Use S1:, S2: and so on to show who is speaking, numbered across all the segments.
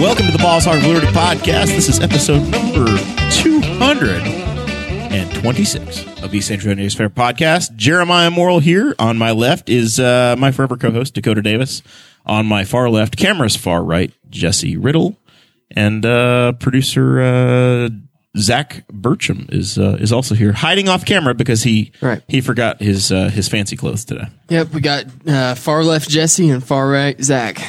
S1: Welcome to the Balls Hard and Liberty Podcast. This is episode number 226 of the San Antonio News Fair Podcast. Jeremiah Morrill here. On my left is uh, my forever co host, Dakota Davis. On my far left, camera's far right, Jesse Riddle. And uh, producer uh, Zach Burcham is uh, is also here, hiding off camera because he
S2: Right.
S1: he forgot his uh, his fancy clothes today.
S2: Yep, we got uh, far left Jesse and far right Zach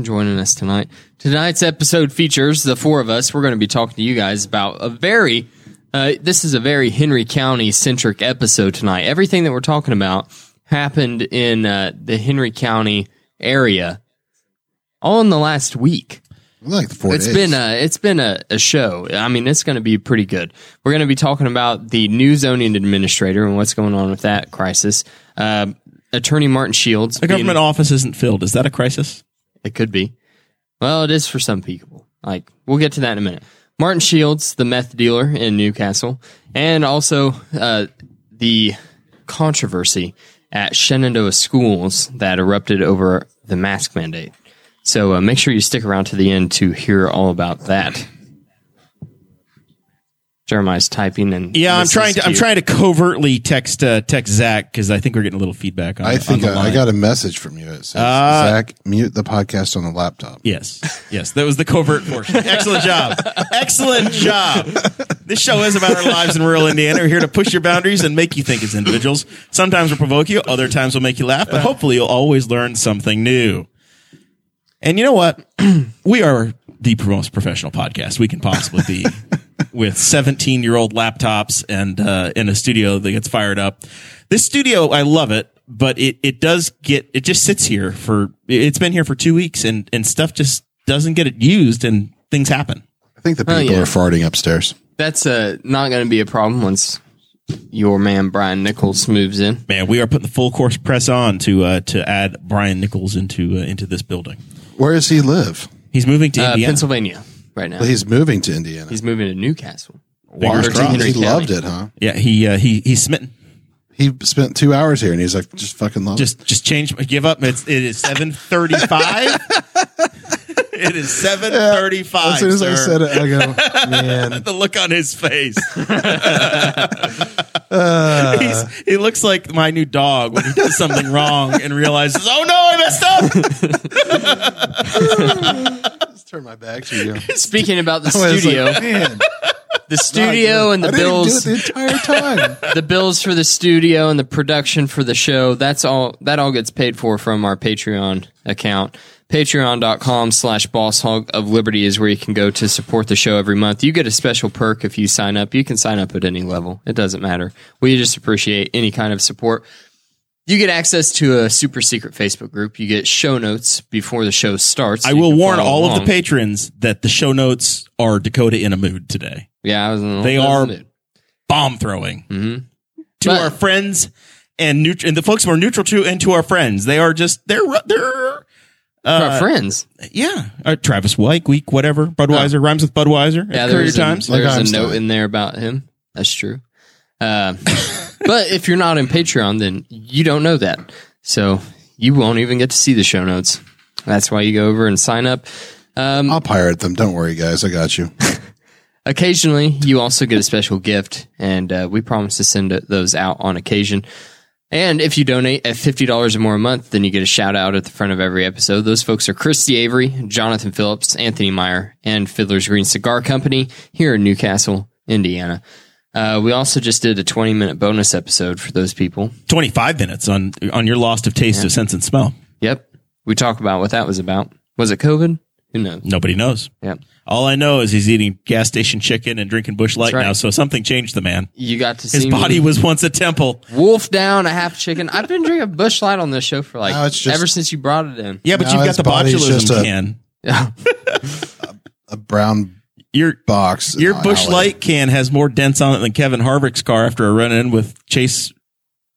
S2: joining us tonight. Tonight's episode features the four of us. We're going to be talking to you guys about a very, uh, this is a very Henry County centric episode tonight. Everything that we're talking about happened in uh, the Henry County area all in the last week.
S3: Like the four
S2: It's
S3: days.
S2: been a it's been a, a show. I mean, it's going to be pretty good. We're going to be talking about the new zoning administrator and what's going on with that crisis. Um Attorney Martin Shields.
S1: The
S2: being-
S1: government office isn't filled. Is that a crisis?
S2: it could be. Well, it is for some people. Like we'll get to that in a minute. Martin Shields, the meth dealer in Newcastle, and also uh, the controversy at Shenandoah schools that erupted over the mask mandate. So uh, make sure you stick around to the end to hear all about that. Jeremiah's typing and
S1: Yeah, I'm
S2: this
S1: trying
S2: is
S1: to. I'm
S2: cute.
S1: trying to covertly text uh, text Zach because I think we're getting a little feedback on.
S3: I think
S1: on the
S3: I, I
S1: line.
S3: got a message from you. It says, Zach, mute the podcast on the laptop.
S1: Yes, yes, that was the covert portion. Excellent job, excellent job. This show is about our lives in rural Indiana. We're here to push your boundaries and make you think as individuals. Sometimes we'll provoke you, other times we'll make you laugh, but hopefully you'll always learn something new. And you know what? we are the most professional podcast we can possibly be with 17 year old laptops and uh, in a studio that gets fired up. This studio, I love it, but it, it does get, it just sits here for, it's been here for two weeks and, and stuff just doesn't get it used and things happen.
S3: I think the people
S2: yeah.
S3: are farting upstairs.
S2: That's uh, not going to be a problem once your man Brian Nichols moves in.
S1: Man, we are putting the full course press on to, uh, to add Brian Nichols into, uh, into this building.
S3: Where does he live?
S1: He's moving to
S2: Uh,
S1: Indiana.
S2: Pennsylvania right now.
S3: Well, he's moving to Indiana.
S2: He's moving to Newcastle.
S1: Fingers
S2: Or to
S1: crossed.
S2: Henry
S3: he
S2: County.
S3: loved it, huh?
S1: Yeah, he, uh, he, he's smitten.
S3: He spent two hours here and he's like, just fucking love
S1: just just change give up it's it is 735 it is
S3: it.
S1: 735
S3: As soon as I
S1: sir.
S3: said it, I go, man.
S1: the look on his face He's, he looks like my new dog when he does something wrong and realizes oh no i messed up
S3: Let's turn my back to you.
S2: Speaking about the
S3: I was like,
S2: studio,
S3: man.
S2: the studio and
S3: I
S2: the
S3: didn't
S2: bills,
S3: do it the entire time.
S2: the bills for the studio and the production for the show. That's all. That all gets paid for from our Patreon account. Patreon.com slash boss hog of liberty is where you can go to support the show every month. You get a special perk if you sign up. You can sign up at any level. It doesn't matter. We just appreciate any kind of support. You get access to a super secret Facebook group. You get show notes before the show starts.
S1: i
S2: You
S1: will
S2: can
S1: warn
S2: follow
S1: all of the
S2: along.
S1: patrons that the show notes are dakota in a mood today
S2: Yeah, I was in a
S3: Oh,
S1: They
S2: little
S1: are-
S2: bit.
S1: bomb throwing
S3: Mm-hmm.
S1: to
S2: But-
S1: our friends and neut- and the folks we're neutral to and to our friends they are just they're they're
S2: our
S1: uh,
S2: friends.
S1: Yeah, uh, Travis White, Week, whatever. Budweiser rhymes with Budweiser.
S2: Yeah,
S1: Yeah,
S2: there
S1: Courier
S2: was a,
S1: Times.
S2: there
S3: Like
S2: was a
S3: Einstein.
S2: note in there about him. That's true. Uh, but if you're not in Patreon, then you don't know that, so you won't even get to see the show notes. That's why you go over and sign up. Um,
S3: I'll pirate them. Don't worry, guys. I got you.
S2: occasionally, you also get a special gift, and uh, we promise to send those out on occasion. And if you donate at fifty dollars or more a month, then you get a shout out at the front of every episode. Those folks are Christy Avery, Jonathan Phillips, Anthony Meyer, and Fiddler's Green Cigar Company here in Newcastle, Indiana. Uh, we also just did a twenty minute bonus episode for those people.
S1: Twenty five minutes on on your lost of taste of sense and smell.
S2: Yep, we talk about what that was about. Was it COVID? Who knows?
S1: Nobody knows.
S2: Yeah.
S1: All I know is he's eating gas station chicken and drinking Bush Light
S2: right.
S1: now. So something changed the man.
S2: You got to see
S1: His
S2: me
S1: body was once a temple.
S2: wolf down a half chicken. I've been drinking Bush Light on this show for like
S3: No, it's just-
S2: ever since you brought it in.
S1: Yeah, but
S3: No,
S1: you've got
S3: his
S1: the
S3: body's just
S1: botulism
S3: a-
S1: can.
S2: Yeah.
S3: A brown
S1: Your
S3: box.
S1: your
S3: Oh,
S1: Bush
S3: Alan.
S1: Light can has more dents on it than Kevin Harvick's car after a run in with Chase.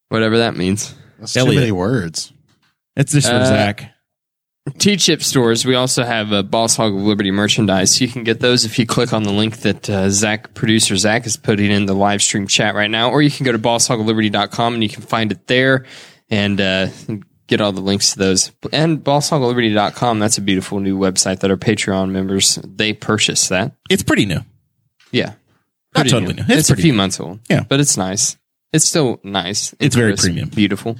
S2: Whatever that means.
S3: That's too
S1: Elliot.
S3: many words.
S1: It's just for
S2: Uh,
S1: Zach.
S2: T chip stores. We also have a Boss Hog of Liberty merchandise. You can get those if you click on the link that uh, Zach, producer Zach, is putting in the live stream chat right now, or you can go to bosshogofliberty.com and you can find it there and uh, get all the links to those. And bosshogofliberty.com, that's a beautiful new website that our Patreon members they purchase that.
S1: It's pretty new.
S2: Yeah,
S1: Not
S2: Pretty
S1: totally new.
S2: It's,
S1: It's
S2: a
S1: pretty
S2: few
S1: new.
S2: months old.
S1: Yeah.
S2: but it's nice. It's still nice.
S1: It's very
S2: crisp,
S1: premium.
S2: beautiful.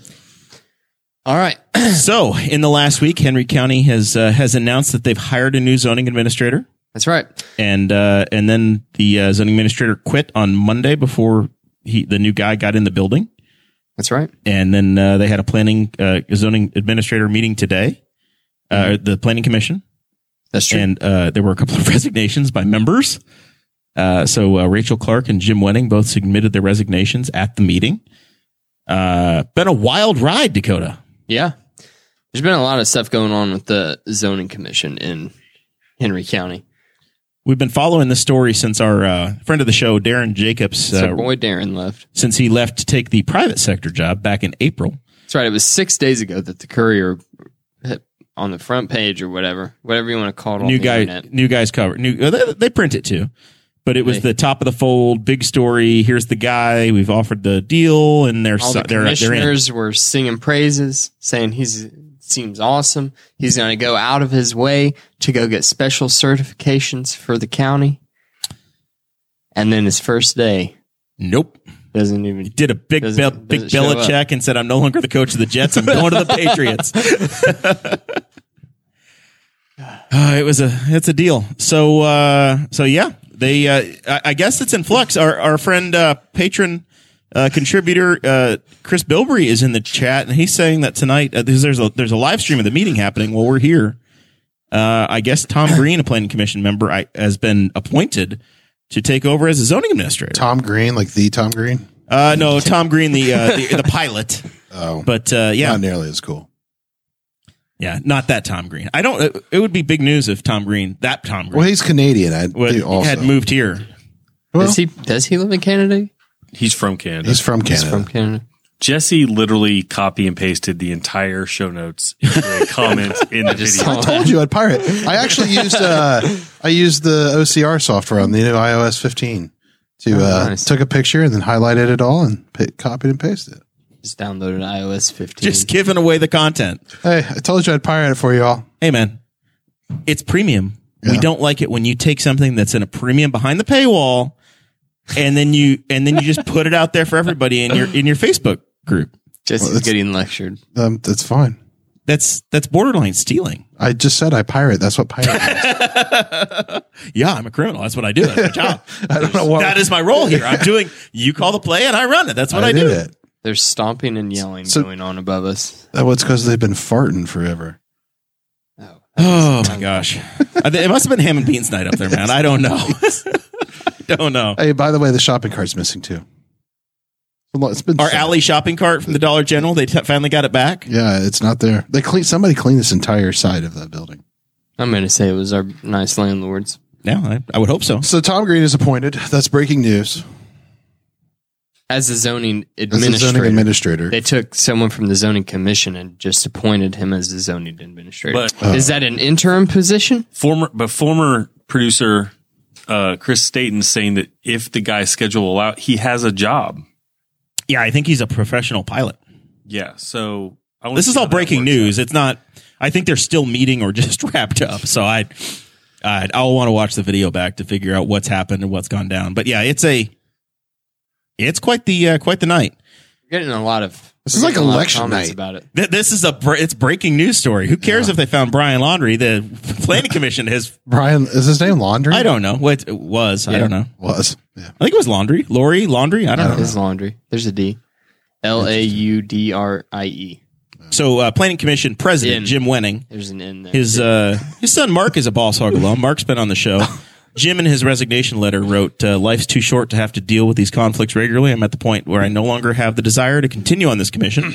S2: All right.
S1: So in the last week, Henry County has uh, has announced that they've hired a new zoning administrator.
S2: That's right.
S1: and uh, and then the uh, zoning administrator quit on Monday before he the new guy got in the building,
S2: That's right.
S1: and then uh, they had a planning uh, zoning administrator meeting today, uh, the planning commission,
S2: That's true.
S1: and uh, there were a couple of resignations by members. Uh, so uh, Rachel Clark and Jim Wenning both submitted their resignations at the meeting. Uh, been a wild ride, Dakota.
S2: Yeah. There's been a lot of stuff going on with the zoning commission in Henry County.
S1: We've been following this story since our uh, friend of the show, Darren Jacobs,
S2: So
S1: uh,
S2: boy Darren left.
S1: since he left to take the private sector job back in April.
S2: That's right. It was six days ago that the courier hit on the front page or whatever, whatever you want to call it. on
S1: new
S2: the
S1: guy,
S2: internet.
S1: new guys cover. New uh, they, they print it too, but it was
S2: Hey.
S1: the top of the fold, big story. Here's the guy we've offered the deal, and they're
S2: All
S1: so-
S2: the
S1: they're they're in.
S2: commissioners were singing praises, saying he's seems awesome. He's going to go out of his way to go get special certifications for the county. And then his first day
S1: Nope,
S2: doesn't even
S1: did a big
S2: Does it-
S1: Bel-
S2: does
S1: big
S2: it show up?
S1: Belichick and said, "I'm no longer the coach of the Jets. I'm going to the Patriots." Uh, it was a it's a deal. So uh, so yeah, they uh, I, I guess it's in flux. Our our friend uh, patron uh, contributor uh, Chris Bilberry is in the chat, and he's saying that tonight uh, there's there's a there's a live stream of the meeting happening while we're here. Uh, I guess Tom Green, a planning commission member, I, has been appointed to take over as a zoning administrator.
S3: Tom Green, like the Tom Green.
S1: Uh, no, Tom Green, the uh, the, the pilot.
S3: Oh,
S1: But uh, yeah,
S3: not nearly as cool.
S1: yeah, not that Tom Green. I don't. uh, It, it would be big news if Tom Green, that Tom
S3: Well,
S1: Green,
S3: he's Canadian. I
S1: would-
S3: do also.
S1: had moved here.
S3: Well,
S2: does he does he live in Canada?
S4: He's from Canada.
S3: he's from Canada.
S2: He's from Canada.
S4: Jesse literally copy and pasted the entire show notes into a comment in the
S2: just saw-
S4: video.
S3: told you I'd pirate. I actually used uh, I used the OCR software on the new iOS 15 to uh,
S2: Oh, nice.
S3: took a picture and then highlighted it all and pi copied and pasted it.
S2: Just downloaded iOS 15.
S1: Just giving away the content.
S3: Hey, I told you I'd pirate it for y'all.
S1: Hey, man, it's premium. We
S3: Yeah.
S1: don't like it when you take something that's in a premium behind the paywall, and then you and then you just put it out there for everybody in your in your Facebook group.
S2: Jesse's
S3: Well, it's-
S2: getting lectured.
S3: Um, that's fine.
S1: That's that's borderline stealing.
S3: I just said I pirate. That's what pirate. Is.
S1: Yeah, I'm a criminal. That's what I do. That's my job.
S3: I don't know why
S1: that is my role here. I'm doing. You call the play, and I run it. That's what I,
S3: I
S1: do.
S3: did it.
S2: There's stomping and yelling
S3: So-
S2: going on above us.
S3: That was because they've been farting forever.
S2: Oh,
S1: Oh my gosh. I thi- it must have been ham and beans night up there, man. I don't know. I don't know.
S3: Hey, by the way, the shopping cart's missing too. Well, It's been
S1: Our
S3: sad.
S1: alley shopping cart from the Dollar General, they t- finally got it back.
S3: Yeah, it's not there. They clean. Somebody cleaned this entire side of that building.
S2: I'm going to say it was our nice landlords.
S1: Yeah, I, I would hope so.
S3: So Tom Green is appointed. That's breaking news.
S2: As a zoning
S3: As the
S2: administrator,
S3: zoning administrator.
S2: they took someone from the zoning commission and just appointed him as the zoning administrator.
S4: But-
S3: Oh.
S2: Is that an interim position?
S4: Former, but former producer uh, Chris Staten saying that if the guy's schedule allow, he has a job.
S1: Yeah, I think he's a professional pilot.
S4: Yeah. So I wanna
S1: This is
S4: see
S1: all
S4: how that
S1: breaking
S4: works out.
S1: news. It's not, I think they're still meeting or just wrapped up. So I, I'd, I'll want to watch the video back to figure out what's happened and what's gone down. But yeah, it's a, it's quite the, uh, quite the night.
S2: We're getting a lot of
S3: This is
S2: we're
S3: like
S2: getting a lot of
S3: election
S2: comments
S3: night.
S2: about it.
S1: Th- This is a br- it's breaking news story. Who cares if they found Brian Laundry? The planning commission has
S3: Brian is his name Laundry?
S1: I don't know what it was. I
S2: Yeah.
S1: don't know.
S3: was. Yeah.
S1: I think it was laundry. Lori laundry. I don't know.
S2: His laundry. There's a D. L A U D R I E.
S1: So, uh, Planning Commission President
S2: In.
S1: Jim Wenning,
S2: There's an in there.
S1: his uh, his son Mark is a Boss Hog alum. Mark's been on the show. Jim, in his resignation letter, wrote, uh, "Life's too short to have to deal with these conflicts regularly. I'm at the point where I no longer have the desire to continue on this commission.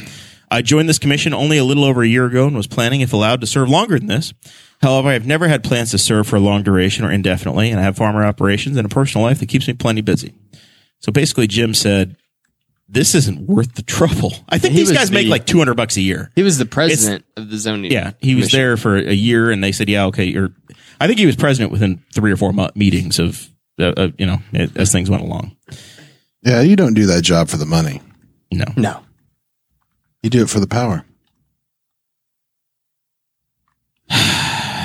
S1: I joined this commission only a little over a year ago and was planning, if allowed, to serve longer than this. However, I've never had plans to serve for a long duration or indefinitely, and I have farmer operations and a personal life that keeps me plenty busy." So basically, Jim said, "This isn't worth the trouble." I think
S2: He
S1: these
S2: was
S1: guys make
S2: the-
S1: like 200 bucks a year.
S2: he was the president of the zoning.
S1: Yeah, he was
S2: commission.
S1: there for a year, and they said, "Yeah, okay." Or I think he was president within three or four mo- meetings of, uh, uh, you know, as- as things went along.
S3: Yeah, you don't do that job for the money.
S1: No,
S2: No.
S3: You do it for the power.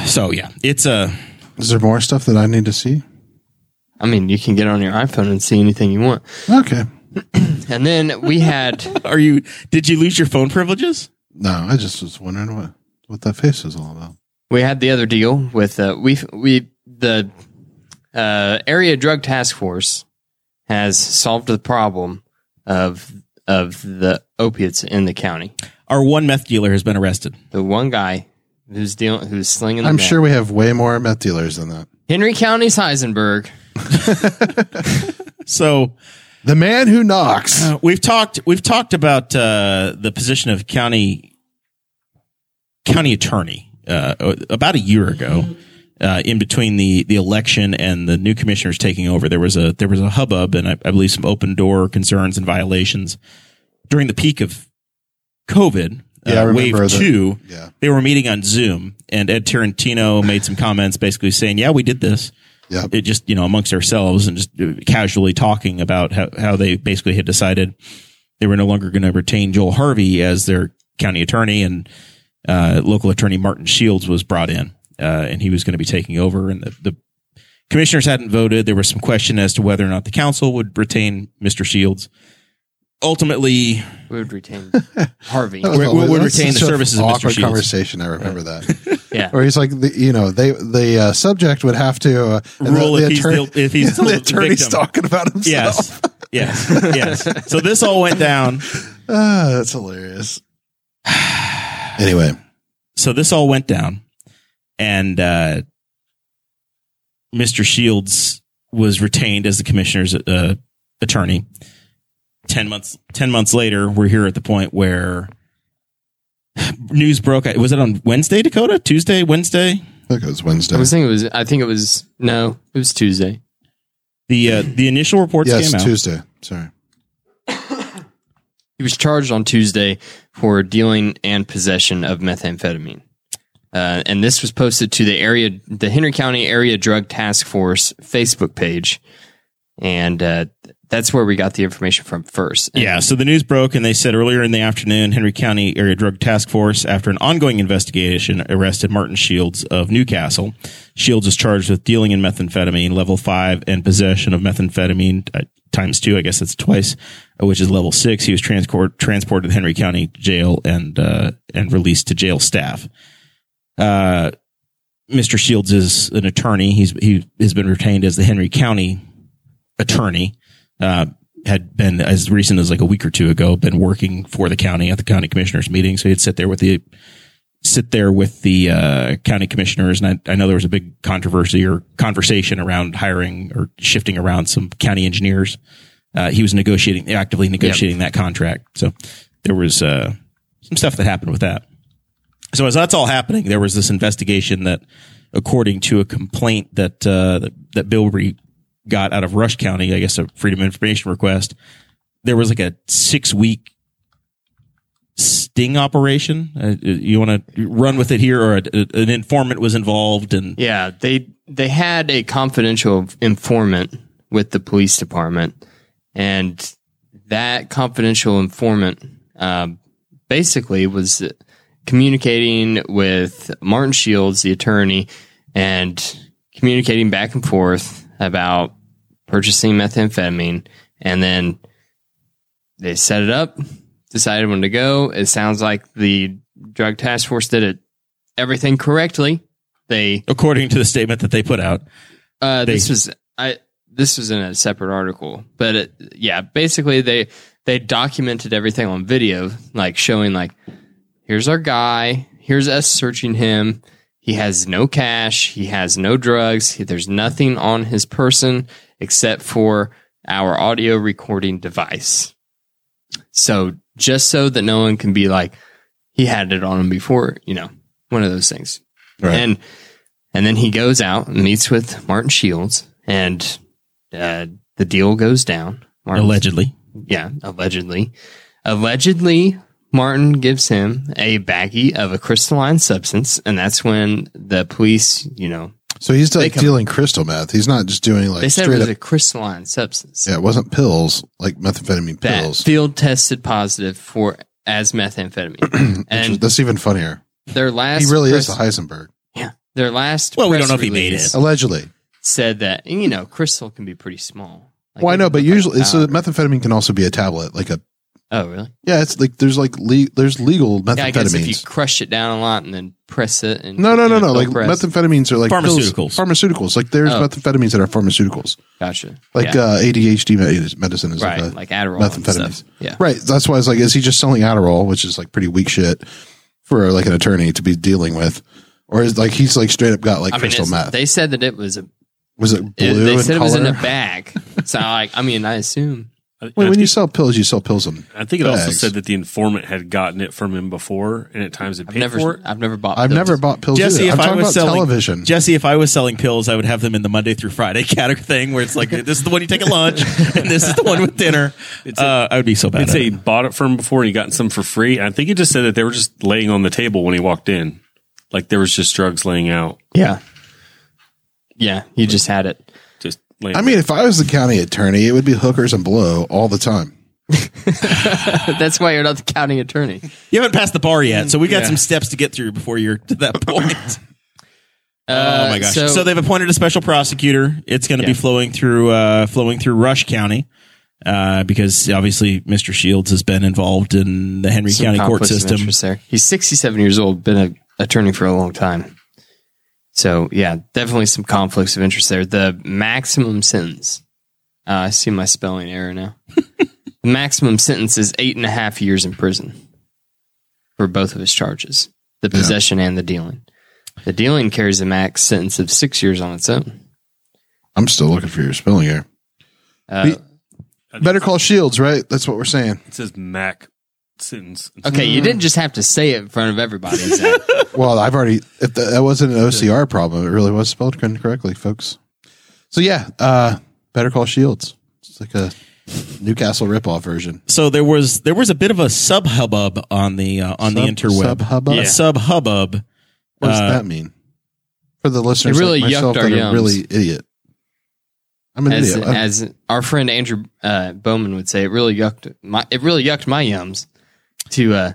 S1: so yeah, it's uh, a
S3: Is there more stuff that I need to see?
S2: I mean, you can get on your iPhone and see anything you want.
S3: Okay.
S2: And then we had
S1: are you? Did you lose your phone privileges?
S3: No, I just was wondering what what that face was all about.
S2: we had the other deal with uh, we we the uh, area drug task force has solved the problem of of the opiates in the county.
S1: Our one meth dealer has been arrested.
S2: The one guy who's dealing who's slinging. The
S3: I'm
S2: meth.
S3: sure we have way more meth dealers than that.
S2: Henry County's Heisenberg.
S1: So
S3: The man who knocks.
S1: uh, we've talked we've talked about uh, the position of county county attorney uh, about a year ago.
S3: Mm-hmm.
S1: Uh, in between the, the election and the new commissioners taking over, there was a there was a hubbub and I, I believe some open door concerns and violations during the peak of COVID.
S3: Yeah, I
S1: uh, wave
S3: remember that.
S1: two.
S3: Yeah.
S1: They were meeting on Zoom, and Ed Tarantino made some comments basically saying, "Yeah, we did this."
S3: Yep.
S1: it just you know amongst ourselves and just uh, casually talking about how, how they basically had decided they were no longer going to retain Joel Harvey as their county attorney and uh, local attorney Martin Shields was brought in uh, and he was going to be taking over and the, the commissioners hadn't voted there was some question as to whether or not the council would retain Mr. Shields ultimately
S2: We would retain Harvey.
S3: That was
S1: We- we
S3: always-
S1: would
S3: that's
S1: retain the
S3: such a
S1: services of Mr.
S3: Awkward
S1: Shields.
S3: conversation. I remember that.
S2: Yeah.
S3: Where he's like, the, you know, they the uh, subject would have to uh, and the-
S1: Rule
S3: the,
S1: if he's guil- if he's
S3: the
S1: the
S3: attorney's
S1: victim.
S3: talking about himself.
S1: yes yes yes so this all went down
S3: Ah, that's hilarious. Anyway,
S1: so this all went down and uh, mr shields was retained as the commissioner's uh, attorney 10 months 10 months later we're here at the point where news broke was it on wednesday dakota tuesday wednesday
S3: I think it was Wednesday.
S2: I was thinking it was. I think it was no. It was Tuesday.
S1: the uh, the initial reports
S3: yes,
S1: came out
S3: Tuesday. Sorry.
S2: He was charged on Tuesday for dealing and possession of methamphetamine. Uh, and this was posted to the area, the Henry County Area Drug Task Force Facebook page, and uh, that's where we got the information from first. And
S1: Yeah, so the news broke, and they said earlier in the afternoon, Henry County Area Drug Task Force, after an ongoing investigation, arrested Martin Shields of Newcastle. Shields is charged with dealing in methamphetamine, level five, and possession of methamphetamine uh, times two. I guess that's twice, uh, which is level six. He was transport transported to Henry County Jail and uh, and released to jail staff. Uh, Mr. Shields is an attorney. He's he has been retained as the Henry County attorney uh, had been as recent as like a week or two ago been working for the county at the county commissioners meeting so he'd sit there with the sit there with the uh, county commissioners and I, I know there was a big controversy or conversation around hiring or shifting around some county engineers uh, he was negotiating actively negotiating that contract so there was uh, some stuff that happened with that so as that's all happening, there was this investigation that, according to a complaint that uh, that, that Bilberry got out of Rush County, I guess a Freedom of Information request, there was like a six week sting operation. Uh, you want to run with it here, or a, a- an informant was involved, and
S2: yeah. They they had a confidential informant with the police department, and that confidential informant um, basically was communicating with Martin Shields, the attorney, and communicating back and forth about purchasing methamphetamine. And then they set it up, decided when to go. It sounds like the drug task force did it everything correctly. They
S1: according to the statement that they put out,
S2: uh, this
S1: They-
S2: was I. This was in a separate article, but it, yeah, basically they they documented everything on video, like showing like here's our guy. Here's us searching him. He has no cash. He has no drugs. He, there's nothing on his person except for our audio recording device. So just so that no one can be like, he had it on him before, you know, one of those things.
S3: Right.
S2: And and then he goes out and meets with Martin Shields, and uh, the deal goes down. Martin,
S1: Allegedly.
S2: yeah, allegedly. Allegedly, Martin gives him a baggie of a crystalline substance, and that's when the police, you know,
S3: So he's like
S2: come-
S3: dealing crystal meth. He's not just doing like
S2: they said it
S3: straight
S2: was
S3: up.
S2: a crystalline substance
S3: yeah, it wasn't pills like methamphetamine
S2: that
S3: pills.
S2: field tested positive for as methamphetamine,
S3: Which-
S2: and
S3: that's even funnier.
S2: their last
S3: He really is a
S2: press-
S3: Heisenberg,
S2: yeah, their last
S1: Well, we
S2: press
S1: don't know if he made
S2: release
S1: it.
S3: allegedly.
S2: Said that and, you know, crystal can be pretty small. Like,
S3: well, I
S2: it
S3: know,
S2: can
S3: but
S2: look like um,
S3: usually,
S2: a
S3: so
S2: powder.
S3: methamphetamine can also be a tablet, like a
S2: oh really?
S3: yeah. It's like there's like le- there's legal
S2: Yeah, I guess if you
S3: methamphetamines.
S2: crush it down a lot and then press it and
S3: no, no, no,
S2: you know,
S3: no. Like
S2: press.
S3: methamphetamines are like pills-
S1: Pharmaceuticals.
S3: pharmaceuticals. Like there's
S2: Oh.
S3: methamphetamines that are pharmaceuticals.
S2: Gotcha.
S3: Like
S2: Yeah.
S3: uh, ADHD med- medicine is
S2: right,
S3: like, a,
S2: like Adderall and
S3: methamphetamines.
S2: stuff. Yeah,
S3: Right. That's why I was like, is he just selling Adderall, which is like pretty weak shit for like an attorney to be dealing with, or is like he's like straight up got like
S2: I mean,
S3: crystal
S2: it's-
S3: meth?
S2: they said that it was a.
S3: was it
S2: It,
S3: blue
S2: they
S3: in
S2: said it
S3: color?
S2: was in a bag. so, like, I mean, I assume.
S4: I-
S3: Wait,
S4: I
S3: when you
S4: think-
S3: sell pills, you sell pills in.
S4: I think it also
S3: bags.
S4: said that the informant had gotten it from him before, and at times it
S2: I've
S4: paid for
S2: never,
S4: it.
S2: I've never bought.
S3: I've
S2: pills.
S3: never bought pills.
S1: Jesse, if
S3: either. I'm
S1: I
S3: talking
S1: was
S3: about
S1: selling
S3: television.
S1: Jesse, if I was selling pills, I would have them in the Monday through Friday category thing where it's like this is the one you take at lunch and this is the one with dinner. uh, I would be so bad.
S4: I'd
S1: at
S4: say he
S1: it.
S4: bought it from him before and he gotten some for free. I think he just said that they were just laying on the table when he walked in. Like there was just drugs laying out.
S2: Yeah, yeah. You just had it.
S4: Just laying
S3: I mean, if I was the county attorney, it would be hookers and blow all the time.
S2: That's why you're not the county attorney.
S1: you haven't passed the bar yet, so we got some steps to get through before you're to that point.
S2: Uh,
S1: oh my gosh!
S2: So,
S1: So, they've appointed a special prosecutor. It's going to be
S2: Yeah.
S1: flowing through uh, flowing through Rush County uh, because obviously Mr. Shields has been involved in the Henry
S2: some
S1: County court
S2: conflicts of
S1: system.
S2: interest There. He's 67 years old. Been an attorney for a long time. So yeah, definitely some conflicts of interest there. The maximum sentence. Uh, I see my spelling error now. the maximum sentence is eight and a half years in prison for both of his charges, the possession and the dealing. The dealing carries a max sentence of six years on its own.
S3: I'm still looking for your spelling error.
S2: Uh,
S3: Better call Shields, right? That's what we're saying.
S4: it says Mac sentence.
S2: okay, you didn't just have to say it in front of everybody. Zach.
S3: Well, I've already. If that that wasn't an OCR problem, it really was spelled incorrectly, folks. So yeah, uh, Better Call Shields. It's like a Newcastle ripoff version.
S1: So there was there was a bit of a sub hubbub on the uh, on the
S3: Sub-
S1: interweb.
S3: sub-hubbub?
S1: A sub hubbub.
S3: What does
S1: Uh,
S3: that mean for the listeners?
S2: It really
S3: like myself
S2: yucked our
S3: that are
S2: yums.
S3: really idiot. I'm an
S2: as
S3: idiot. I'm-
S2: as our friend Andrew uh, Bowman would say, it really yucked my it really yucked my yums to uh,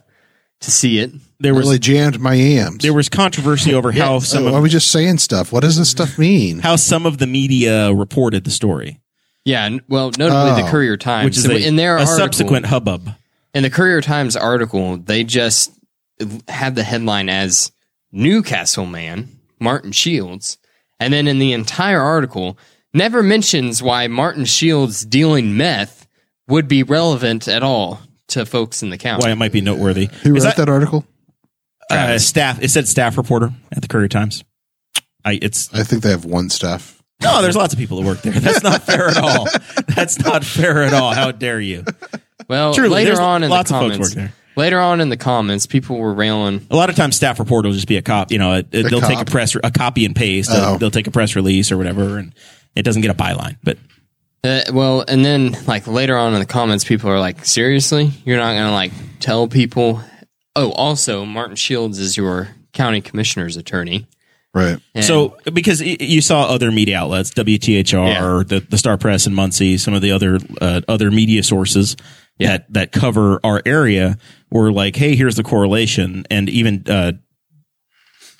S2: to see it.
S1: There was
S3: really jammed my yams.
S1: there was controversy over how
S2: Yeah,
S1: some
S3: Oh,
S1: of
S3: are we just saying stuff? What does this stuff mean?
S1: how some of the media reported the story,
S2: Yeah, and, well, notably the
S3: Oh.
S2: Courier Times,
S1: which is
S2: So
S1: a,
S2: in their
S1: a
S2: article,
S1: subsequent hubbub.
S2: in the Courier Times article, they just had the headline as Newcastle man Martin Shields, and then in the entire article, never mentions why Martin Shields dealing meth would be relevant at all to folks in the county.
S1: Why it might be noteworthy.
S3: Who wrote
S1: Is
S3: that, article?
S1: uh, staff? It said staff reporter at the Courier Times. I it's
S3: I think they have one staff.
S1: no. There's lots of people that work there. That's not fair at all. That's not fair at all. How dare you?
S2: Well,
S1: Truly, there's
S2: later on in
S1: lots
S2: the
S1: of folks
S2: comments,
S1: working there.
S2: later on in the comments, people were railing.
S1: A lot of times, staff report will just be a cop. You know, it, it-
S3: A
S1: they'll take a
S3: cop.
S1: press, a copy and paste. They'll,
S3: Oh.
S1: they'll take a press release or whatever, and it doesn't get a byline. But
S2: Uh, well, and then like later on in the comments, people are like, "Seriously, you're not gonna like tell people?" Oh, also, Martin Shields is your county commissioner's attorney.
S3: Right.
S2: And-
S1: so because y- you saw other media outlets, WTHR,
S2: Yeah.
S1: the, the Star Press in Muncie, some of the other uh, other media sources that that cover our area were like, "Hey, here's the correlation," and even uh,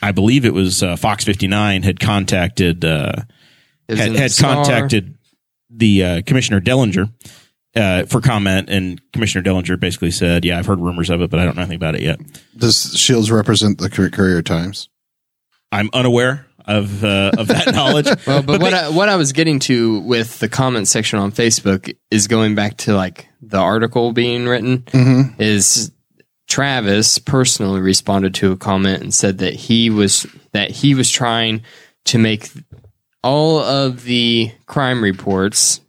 S1: I believe it was uh, Fox 59 had contacted. Uh,
S2: it was
S1: had,
S2: in the
S1: had
S2: Star.
S1: contacted the uh, commissioner Dellinger uh, for comment, and Commissioner Dellinger basically said, "Yeah, I've heard rumors of it, but I don't know anything about it yet.
S3: Does Shields represent the Cour- Courier Times?
S1: I'm unaware of uh, of that knowledge."
S2: Well, but, what I, what I was getting to with the comment section on Facebook is going back to like the article being written is Travis personally responded to a comment and said that he was that he was trying to make all of the crime reports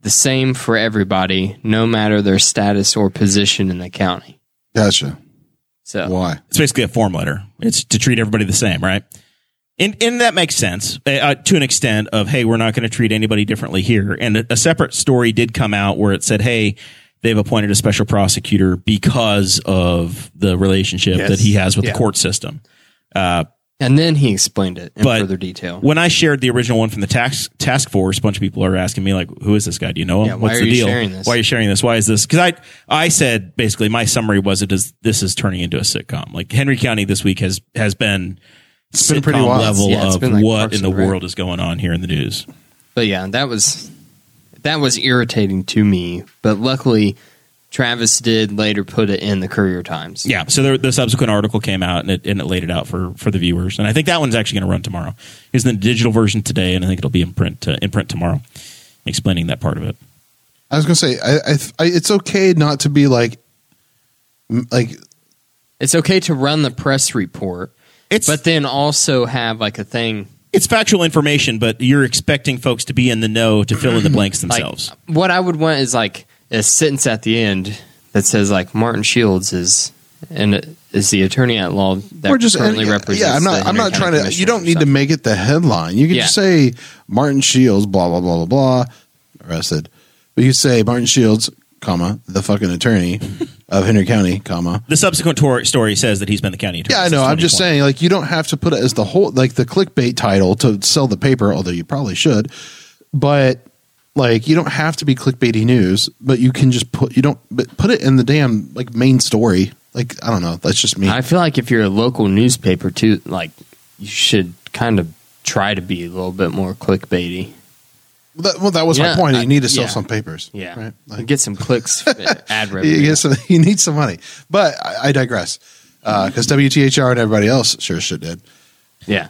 S2: the same for everybody, no matter their status or position in the county.
S3: Gotcha.
S2: So
S3: Why?
S1: It's basically a form letter. It's to treat everybody the same, right? And and that makes sense uh, uh, to an extent of hey, we're not going to treat anybody differently here. And a, a separate story did come out where it said, hey, they've appointed a special prosecutor because of the relationship that he has with the court system.
S2: and then he explained it in
S1: But-
S2: further detail.
S1: When I shared the original one from the tax task force, a bunch of people are asking me like, "Who is this guy? Do you know him?
S2: Yeah, why
S1: What's
S2: are
S1: the
S2: you
S1: deal?
S2: sharing this?"
S1: Why are you sharing this? Why is this?" Because I I said basically my summary was it is this is turning into a sitcom. Like Henry County this week has has been
S3: been
S1: sitcom
S3: pretty wild.
S1: level
S2: Yeah, it's
S1: of
S2: been like
S1: what
S2: Parks
S1: in the
S2: and Rec.
S1: world is going on here in the news.
S2: But yeah, that was that was irritating to me. But luckily, Travis did later put it in the Courier Times.
S1: Yeah. So there, the subsequent article came out and it and it laid it out for for the viewers. And I think that one's actually going to run tomorrow. Is in the digital version today, and I think it'll be in print uh, in print tomorrow, explaining that part of it.
S3: I was gonna say I, I, I it's okay not to be like m- like
S2: It's okay to run the press report,
S1: It's
S2: but then also have like a thing
S1: it's factual information, but you're expecting folks to be in the know to fill in the blanks
S2: like
S1: themselves.
S2: what I would want is like a sentence at the end that says like Martin Shields is and is the attorney at law that
S3: or just
S2: currently
S3: yeah,
S2: represents.
S3: yeah. I'm
S2: the
S3: not I'm
S2: Henry
S3: not
S2: County
S3: trying to.
S2: Commissioner
S3: You don't
S2: or
S3: need to
S2: something.
S3: make it the headline. You can
S2: Yeah.
S3: just say Martin Shields blah blah blah blah blah arrested, but you say Martin Shields comma the fucking attorney of Henry County comma
S1: the subsequent tor- story says that he's been the county attorney.
S3: Yeah, I
S1: since
S3: know. I'm just
S1: 2020.
S3: saying, like, you don't have to put it as the whole, like, the clickbait title to sell the paper, although you probably should. But like, you don't have to be clickbaity news, but you can just put you don't but put it in the damn like main story. Like, I don't know. That's just me.
S2: I feel like if you're a local newspaper too, like you should kind of try to be a little bit more clickbaity.
S3: That- well, that was
S2: Yeah,
S3: my point.
S2: I-
S3: You need to sell
S2: yeah.
S3: some papers.
S2: Yeah,
S3: Right. Like,
S2: get some clicks, ad revenue.
S3: you, get some, you need some money. But I, I digress. uh, Because WTHR and everybody else sure as shit did.
S2: Yeah,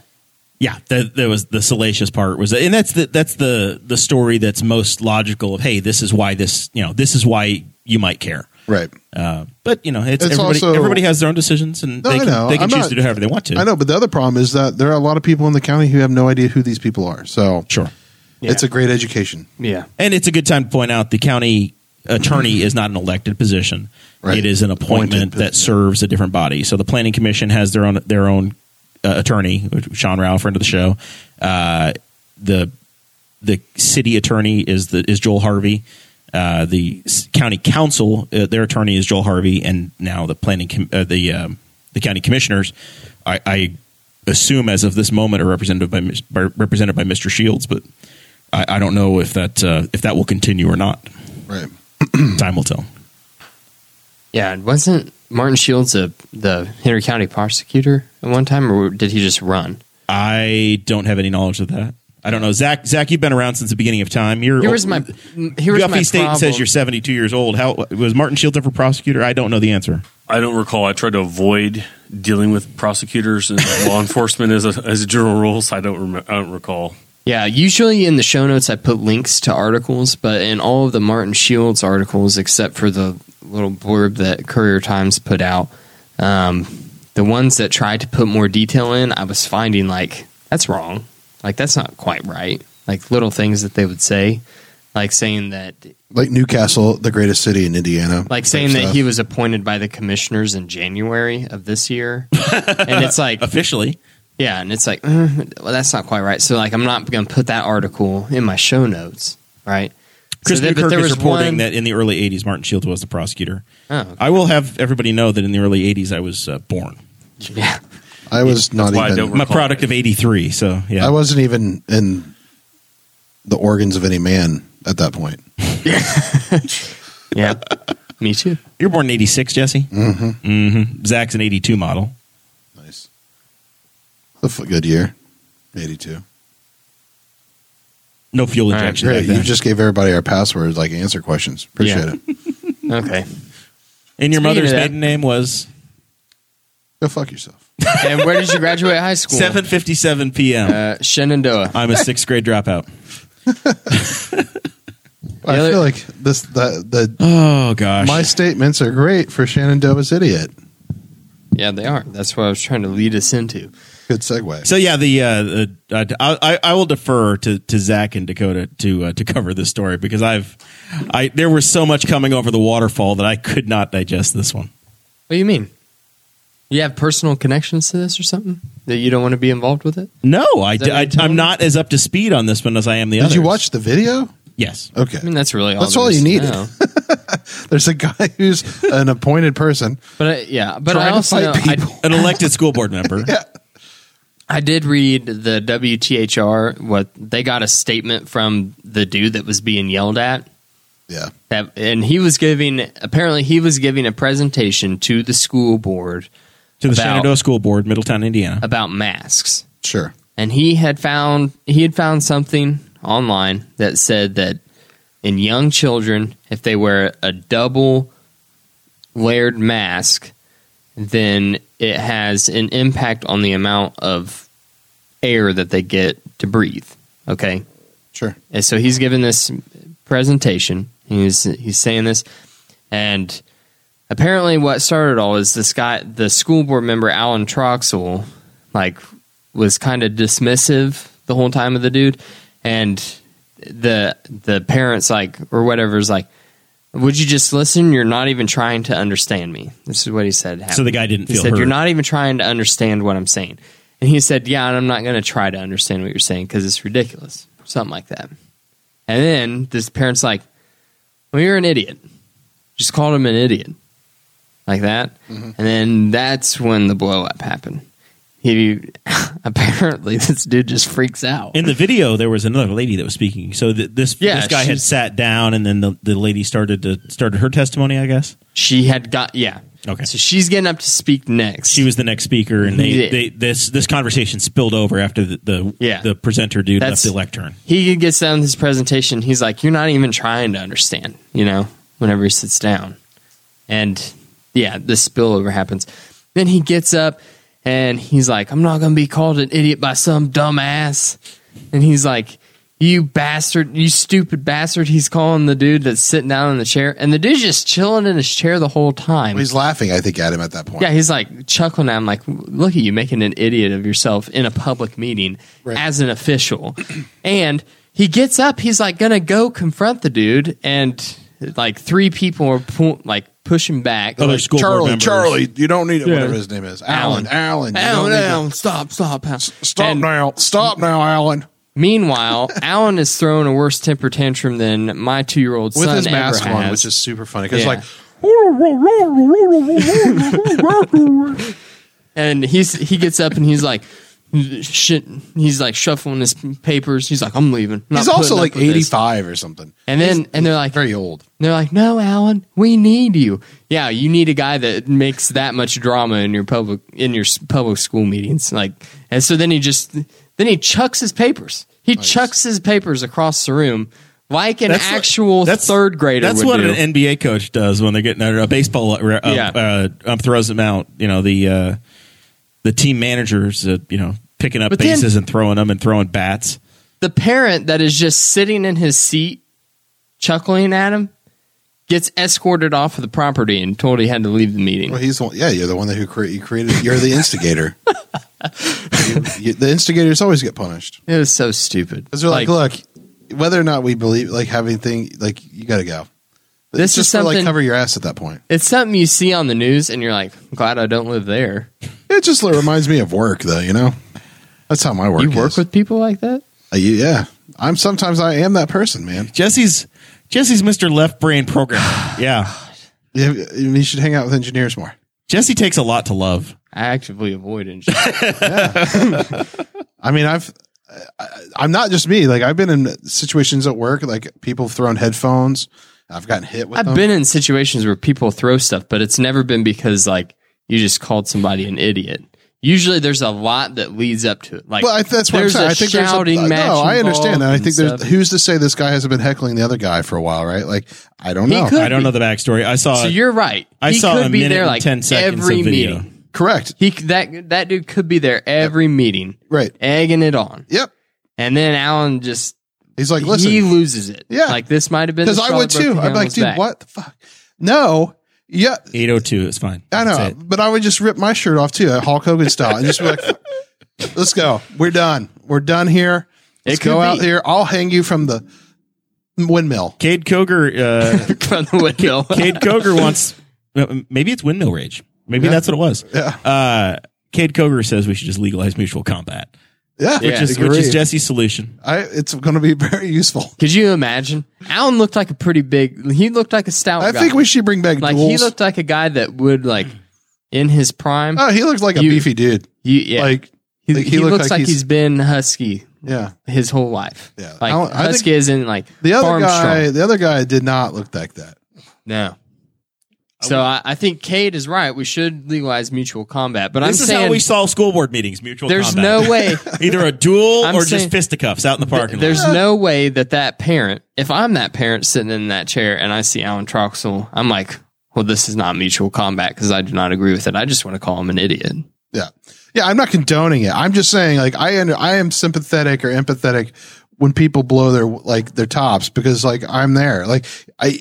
S1: yeah, that, that was the salacious part was, and that's the that's the the story that's most logical of hey, this is why this you know this is why you might care.
S3: Right.
S1: Uh, but you know, it's,
S3: It's
S1: everybody.
S3: also-
S1: everybody has their own decisions, and
S3: No,
S1: they
S3: I
S1: can,
S3: know.
S1: they can
S3: I'm
S1: choose
S3: not-
S1: to do however they want to.
S3: I know, but the other problem is that there are a lot of people in the county who have no idea who these people are. So
S1: Sure,
S3: it's a great education.
S2: yeah.
S1: and it's a good time to point out the county attorney is not an elected position.
S3: Right.
S1: It is an appointment
S3: Appointed,
S1: that serves a different body. So the planning commission has their own their own uh, attorney, Sean Rao, friend of the show. Uh, the the city attorney is the is Joel Harvey. Uh, the s- county council, uh, their attorney is Joel Harvey, and now the planning com- uh, the um, the county commissioners. I, I assume as of this moment are represented by, mis- by represented by Mr. Shields, but I, I don't know if that uh, if that will continue or not.
S3: Right.
S1: Time will tell.
S2: Yeah, and wasn't Martin Shields a, the Henry County prosecutor at one time, or did he just run?
S1: I don't have any knowledge of that. I don't know, Zach. Zach, you've been around since the beginning of time. You're
S2: Here was my here was my
S1: Guffey State
S2: problem.
S1: says you're 72 years old. How was Martin Shields ever prosecutor? I don't know the answer.
S4: I don't recall. I tried to avoid dealing with prosecutors and law enforcement as a, as a general rule, so I don't remember. I don't recall.
S2: yeah. Usually in the show notes, I put links to articles, but in all of the Martin Shields articles, except for the little blurb that Courier Times put out, um, the ones that tried to put more detail in, I was finding like that's wrong, like that's not quite right, like little things that they would say, like saying that
S3: like Newcastle, the greatest city in Indiana.
S2: like saying
S3: Type
S2: that
S3: stuff.
S2: he was appointed by the commissioners in January of this year, and it's like,
S1: Officially,
S2: yeah, and it's like, mm, well, that's not quite right. So like, I'm not going to put that article in my show notes, right?
S1: Chris
S2: then- but
S1: Newkirk
S2: there
S1: is
S2: was
S1: reporting
S2: one-
S1: that in the early 80s, Martin Shields was the prosecutor.
S2: Oh, okay.
S1: I will have everybody know that in the early 80s, I was uh, born.
S2: yeah,
S3: I was not
S4: why I don't
S3: even.
S1: I'm a
S4: remember.
S1: product of 83, so yeah.
S3: I wasn't even in the organs of any man at that point.
S2: yeah, me too.
S1: You're born in 86, Jesse? Mm-hmm. mm-hmm. Zach's an 82 model.
S3: Nice. The f- good year, eighty-two.
S1: No fuel
S2: right,
S1: injection.
S3: Great.
S1: back then.
S3: You just gave everybody our passwords, like answer questions. Appreciate
S2: Yeah.
S3: it.
S2: Okay,
S1: and your
S2: Speaking
S1: mother's
S2: of that-
S1: maiden name was
S3: Go fuck yourself.
S2: and where did you graduate high school?
S1: 7:57 p.m.
S2: Uh, Shenandoah.
S1: I'm a sixth grade dropout.
S3: I
S2: other-
S3: feel like this the the
S1: Oh gosh.
S3: my statements are great for Shenandoah's idiot.
S2: Yeah, they are. That's what I was trying to lead us into.
S3: Good segue.
S1: so yeah, the uh, the- uh, I I will defer to to Zach and Dakota to uh, to cover this story because I've I there was so much coming over the waterfall that I could not digest this one.
S2: What do you mean? You have personal connections to this or something that you don't want to be involved with it?
S1: No, I,
S2: that what you're telling
S1: am
S2: me?
S1: not as up to speed on this one as I am the
S3: Did
S1: other.
S3: you watch the video?
S1: Yes.
S3: Okay.
S2: I mean, that's really all.
S3: That's
S2: there
S3: all
S2: is
S3: you
S2: to
S3: need.
S2: know.
S3: There's a guy who's an appointed person.
S2: But I, yeah, but
S3: Try
S2: I
S3: to
S2: also
S3: fight
S2: know, I,
S3: people.
S1: An elected school board member.
S2: I did read the WTHR. What they got a statement from the dude that was being yelled at.
S3: Yeah.
S2: That, and he was giving apparently he was giving a presentation to the school board
S1: to the
S2: About-
S1: Shenandoah School Board, Middletown, Indiana.
S2: about masks.
S3: Sure.
S2: and he had found he had found something online that said that in young children if they wear a double layered mask then it has an impact on the amount of air that they get to breathe okay
S3: Sure.
S2: and so he's giving this presentation. He's he's saying this, and apparently, what started all is this guy, the school board member Alan Troxel, like was kind of dismissive the whole time of the dude, and the the parents like or whatever is like, would you just listen? You're not even trying to understand me. This is what he said.
S1: So the
S2: happened.
S1: guy didn't
S2: He
S1: feel
S2: said,
S1: hurt.
S2: "You're not even trying to understand what I'm saying." And he said, "Yeah, and I'm not going to try to understand what you're saying because it's ridiculous, something like that." And then this parent's like, "Well, you're an idiot. Just called him an idiot, like that."
S1: Mm-hmm.
S2: And then that's when the blow up happened. He apparently this dude just freaks out.
S1: In the video, there was another lady that was speaking. So th- this
S2: Yeah,
S1: this guy had
S2: she's-
S1: sat down, and then the, the lady started to started her testimony. I guess
S2: She had got yeah.
S1: Okay.
S2: So she's getting up to speak next.
S1: she was the next speaker, and they,
S2: Yeah.
S1: they this this conversation spilled over after the the,
S2: Yeah.
S1: the presenter dude
S2: That's-
S1: left the lectern.
S2: he gets down with his presentation. He's like, "You're not even trying to understand," you know. Whenever he sits down, and yeah, the spillover happens. Then he gets up and he's like, "I'm not gonna be called an idiot by some dumbass." And he's like, "You bastard! You stupid bastard!" He's calling the dude that's sitting down in the chair, and the dude's just chilling in his chair the whole time.
S3: He's laughing, I think, at him at that point.
S2: Yeah, he's like chuckling at him, like, look at you making an idiot of yourself in a public meeting as an official. and he gets up, he's like, gonna go confront the dude, and like three people are pu- like pushing back.
S3: Oh,
S1: Other school board
S3: Charlie,
S1: members.
S3: Charlie, you don't need it. Whatever his name is, Alan. Alan, you
S2: Alan,
S3: don't need it.
S2: Alan, stop, stop, Alan.
S3: Stop
S2: And
S3: now! Stop now, Alan.
S2: Meanwhile, Alan is throwing a worse temper tantrum than my two year old son
S3: With his
S2: ever
S3: mask on,
S2: has.
S3: which is super funny because
S2: Yeah.
S3: like
S2: and he's he gets up and he's like shit he's like shuffling his papers he's like i'm leaving I'm not
S3: he's
S2: putting
S3: also
S2: up
S3: like
S2: with this."
S3: eighty five or something.
S2: and then and they're like
S3: Very old.
S2: They're like, no, Alan, we need you. Yeah, you need a guy that makes that much drama in your public in your s- public school meetings. Like, and so then he just then he chucks his papers. He chucks his papers across the room like an
S1: That's what-
S2: actual third grader.
S1: That's
S2: would
S1: what
S2: do.
S1: an NBA coach does when they're getting out a baseball uh,
S2: Yeah.
S1: uh, um, throws them out. You know the uh, the team managers, uh, you know, picking up
S2: But then-
S1: bases and throwing them and throwing bats.
S2: the parent that is just sitting in his seat chuckling at him gets escorted off of the property and told he had to leave the meeting.
S3: Well, he's the one, yeah. You're the one that who cre- you created. You're the instigator. You- you- the instigators always get punished
S2: It was so stupid.
S3: because they're like, look, whether or not we believe like having thing like you got to go. But
S2: This
S3: it's
S2: is
S3: just for, like
S2: something-
S3: cover your ass at that point.
S2: it's something you see on the news and you're like, glad I don't live there.
S3: It just like, reminds me of work, though. You know, that's how my work.
S2: You work
S3: is.
S2: with people like that?
S3: Uh, you- yeah. I'm sometimes I am that person, man.
S1: Jesse's Jesse's Mr. Left Brain Programmer. Yeah,
S3: You, you should hang out with engineers more.
S1: Jesse takes a lot to love.
S2: I actively avoid insurance.
S3: I mean, I've I, I'm not just me. Like I've been in situations at work, like people have thrown headphones. I've gotten hit with.
S2: I've
S3: them.
S2: been in situations where people throw stuff, but it's never been because like you just called somebody an idiot. Usually there's a lot that leads up to it. Like
S3: Well, I, that's what I'm
S2: there's
S3: saying.
S2: a
S3: I think
S2: shouting
S3: there's a,
S2: match.
S3: no, I understand that. I
S2: involved
S3: think
S2: and
S3: there's
S2: stuff.
S3: who's to say this guy hasn't been heckling the other guy for a while, right? Like I don't
S2: He
S3: know.
S2: could.
S1: I don't know the backstory. I saw.
S2: So you're right.
S1: I
S2: he
S1: saw
S2: could
S1: a
S2: be
S1: minute
S2: there
S1: and
S2: like
S1: 10 seconds
S2: every
S1: of video.
S2: meeting.
S3: Correct.
S2: He c- that that dude could be there every meeting,
S3: Right.
S2: egging it on,
S3: Yep.
S2: and then Alan just
S3: He's like, listen,
S2: he loses it.
S3: Yeah.
S2: like this might have been
S3: because
S2: the
S3: I would
S2: straw that
S3: too.
S2: broke the
S3: I'd be like,
S2: camel's
S3: dude,
S2: back.
S3: what the fuck? No, yeah,
S1: 802. It's fine.
S3: I
S1: That's
S3: know,
S1: it.
S3: but I would just rip my shirt off too, Hulk Hogan style, and just be like, "Let's go. We're done. We're done here. Let's
S2: could
S3: go out
S2: be.
S3: here. I'll hang you from the windmill."
S1: Cade Coger. Uh,
S2: From the window.
S1: Cade Coger wants. uh, Maybe it's windmill rage. Maybe that's what it was.
S3: Yeah.
S1: Uh, Cade Coger says we should just legalize mutual combat,
S3: Yeah,
S1: which is which
S3: Agreed.
S1: is Jesse's solution.
S3: I, it's going to be very useful.
S2: Could you imagine? Alan looked like a pretty big. He looked like a stout.
S3: I
S2: guy.
S3: think we should bring back
S2: Oh, like
S3: duels.
S2: he looked like a guy that would like in his prime.
S3: oh, he looks like a
S2: You-
S3: beefy dude.
S2: you, yeah,
S3: Like,
S2: he,
S3: like, he
S2: he
S3: looked
S2: looks
S3: like
S2: like
S3: he's-
S2: he's been husky
S3: yeah.
S2: his whole life.
S3: Yeah.
S2: like
S3: Alan- I
S2: husky
S3: think-
S2: isn't like
S3: The other
S2: farm
S3: guy,
S2: strong.
S3: the other guy did not look like that.
S2: No. So I, I think Cade is right. We should legalize mutual combat, but I'm
S1: This is
S2: saying
S1: how we solve school board meetings. Mutual.
S2: there's
S1: combat.
S2: no way
S1: Either a duel
S2: I'm
S1: or
S2: saying-
S1: just fisticuffs out in the parking lot.
S2: There's no way that that parent, if I'm that parent sitting in that chair and I see Alan Troxel, I'm like, well, this is not mutual combat because I do not agree with it. I just want to call him an idiot.
S3: Yeah. Yeah, I'm not condoning it. I'm just saying like I under, I am sympathetic or empathetic when people blow their like their tops because like I'm there. Like I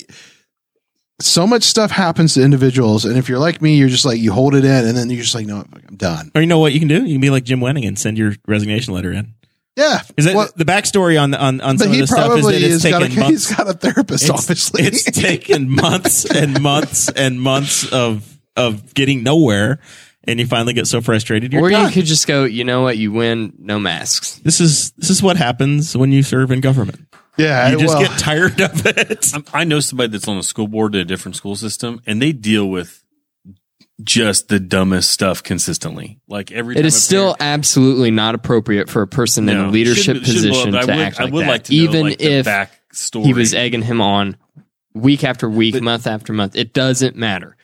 S3: so much stuff happens to individuals and if you're like me, you're just like you hold it in and then you're just like no, I'm done.
S1: Or you know what you can do? You can be like Jim Wenning and send your resignation letter in.
S3: Yeah.
S1: Is that
S3: Well,
S1: the backstory on on on
S3: but
S1: some of
S3: he
S1: this stuff? Is that
S3: probably
S1: it's
S3: has got a,
S1: taken
S3: he's
S1: months.
S3: got a therapist
S1: It's-
S3: obviously.
S1: it's taken months and months and months of of getting nowhere, and you finally get so frustrated. You're
S2: or
S1: done.
S2: you could just go, you know what, you win, no masks.
S1: this is this is what happens when you serve in government.
S3: yeah,
S1: You just
S3: well,
S1: get tired of it.
S4: I'm- I know somebody that's on a school board at a different school system, and they deal with just the dumbest stuff consistently. Like every
S2: It
S4: time
S2: is
S4: a
S2: still
S4: parent-
S2: absolutely not appropriate for a person in a
S4: No.
S2: leadership
S4: Should- should- well,
S2: position
S4: I
S2: to
S4: would-
S2: act like
S4: I would
S2: that,
S4: like to know,
S2: even
S4: like, the
S2: if
S4: backstory.
S2: he was egging him on week after week, month after month. It doesn't matter.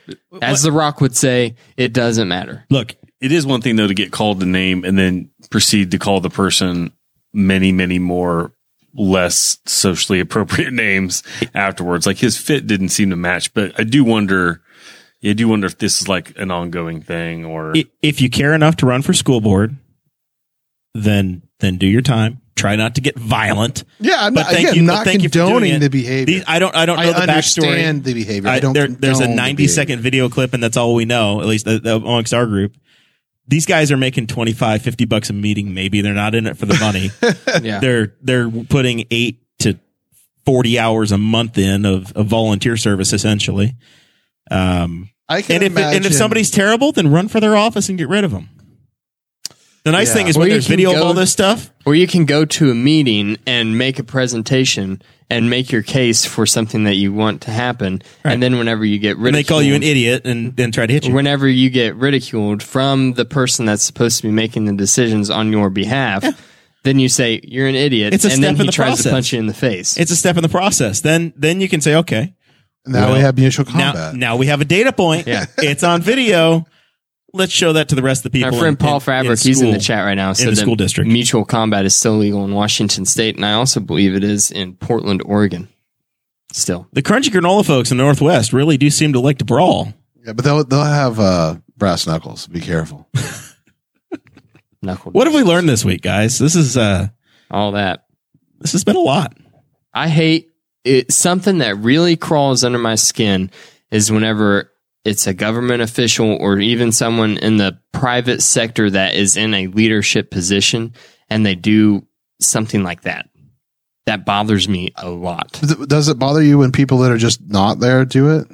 S2: As The Rock would say, it doesn't matter.
S1: Look,
S4: It is one thing though to get called the name and then proceed to call the person many, many more less socially appropriate names afterwards. Like his fit didn't seem to match, but I do wonder. I do wonder if this is like an ongoing thing or
S1: i- if you care enough to run for school board, then then do your time. Try not to get violent.
S3: Yeah, I'm not, again,
S1: but
S3: not
S1: thank you for doing
S3: condoning
S1: it.
S3: the behavior.
S1: These- I don't. I don't know the
S3: I
S1: backstory.
S3: understand the behavior. I,
S1: I-
S3: don't
S1: there- there's a
S3: condone the
S1: 90
S3: behavior.
S1: second video clip, and that's all we know, at least uh, uh, amongst our group. These guys are making 25, 50 bucks a meeting. Maybe they're not in it for the money.
S2: Yeah.
S1: they're they're putting eight to forty hours a month in of, of volunteer service, essentially. Um,
S3: I can
S1: and if and if
S3: imagine-
S1: somebody's terrible, then run for their office and get rid of them. The nice
S3: Yeah.
S1: thing is
S2: Or
S1: when
S2: you
S1: there's
S2: can
S1: video of
S2: go-
S1: all this stuff.
S2: Or you can go to a meeting and make a presentation and make your case for something that you want to happen. And then whenever you get
S1: And
S2: ridiculed,
S1: they call you an idiot and then try to hit you.
S2: whenever you get ridiculed from the person that's supposed to be making the decisions on your behalf, then you say you're an idiot.
S1: It's a
S2: and
S1: step
S2: then he
S1: in the
S2: tries to
S1: process.
S2: punch you in the face.
S1: It's a step in the process. Then then you can say, okay,
S3: now we
S1: Well,
S3: have mutual
S1: now
S3: combat.
S1: now we have a data point.
S2: Yeah.
S1: it's on video. Let's show that to the rest of the people.
S2: Our friend
S1: in-
S2: Paul
S1: in-
S2: Fabric, he's in the
S1: school.
S2: chat right now. Said
S1: the
S2: that
S1: school district.
S2: mutual combat is still legal in Washington State, and I also believe it is in Portland, Oregon. Still,
S1: The crunchy granola folks in the Northwest really do seem to like to brawl.
S3: yeah, but they'll they'll have uh, brass knuckles. Be careful.
S2: knuckled
S1: What have we learned this week, guys? This is uh
S2: all that.
S1: this has been a lot.
S2: I hate it. Something that really crawls under my skin is whenever it's a government official or even someone in the private sector that is in a leadership position and they do something like that. That bothers me a lot.
S3: Does it- Does it bother you when people that are just not there do it?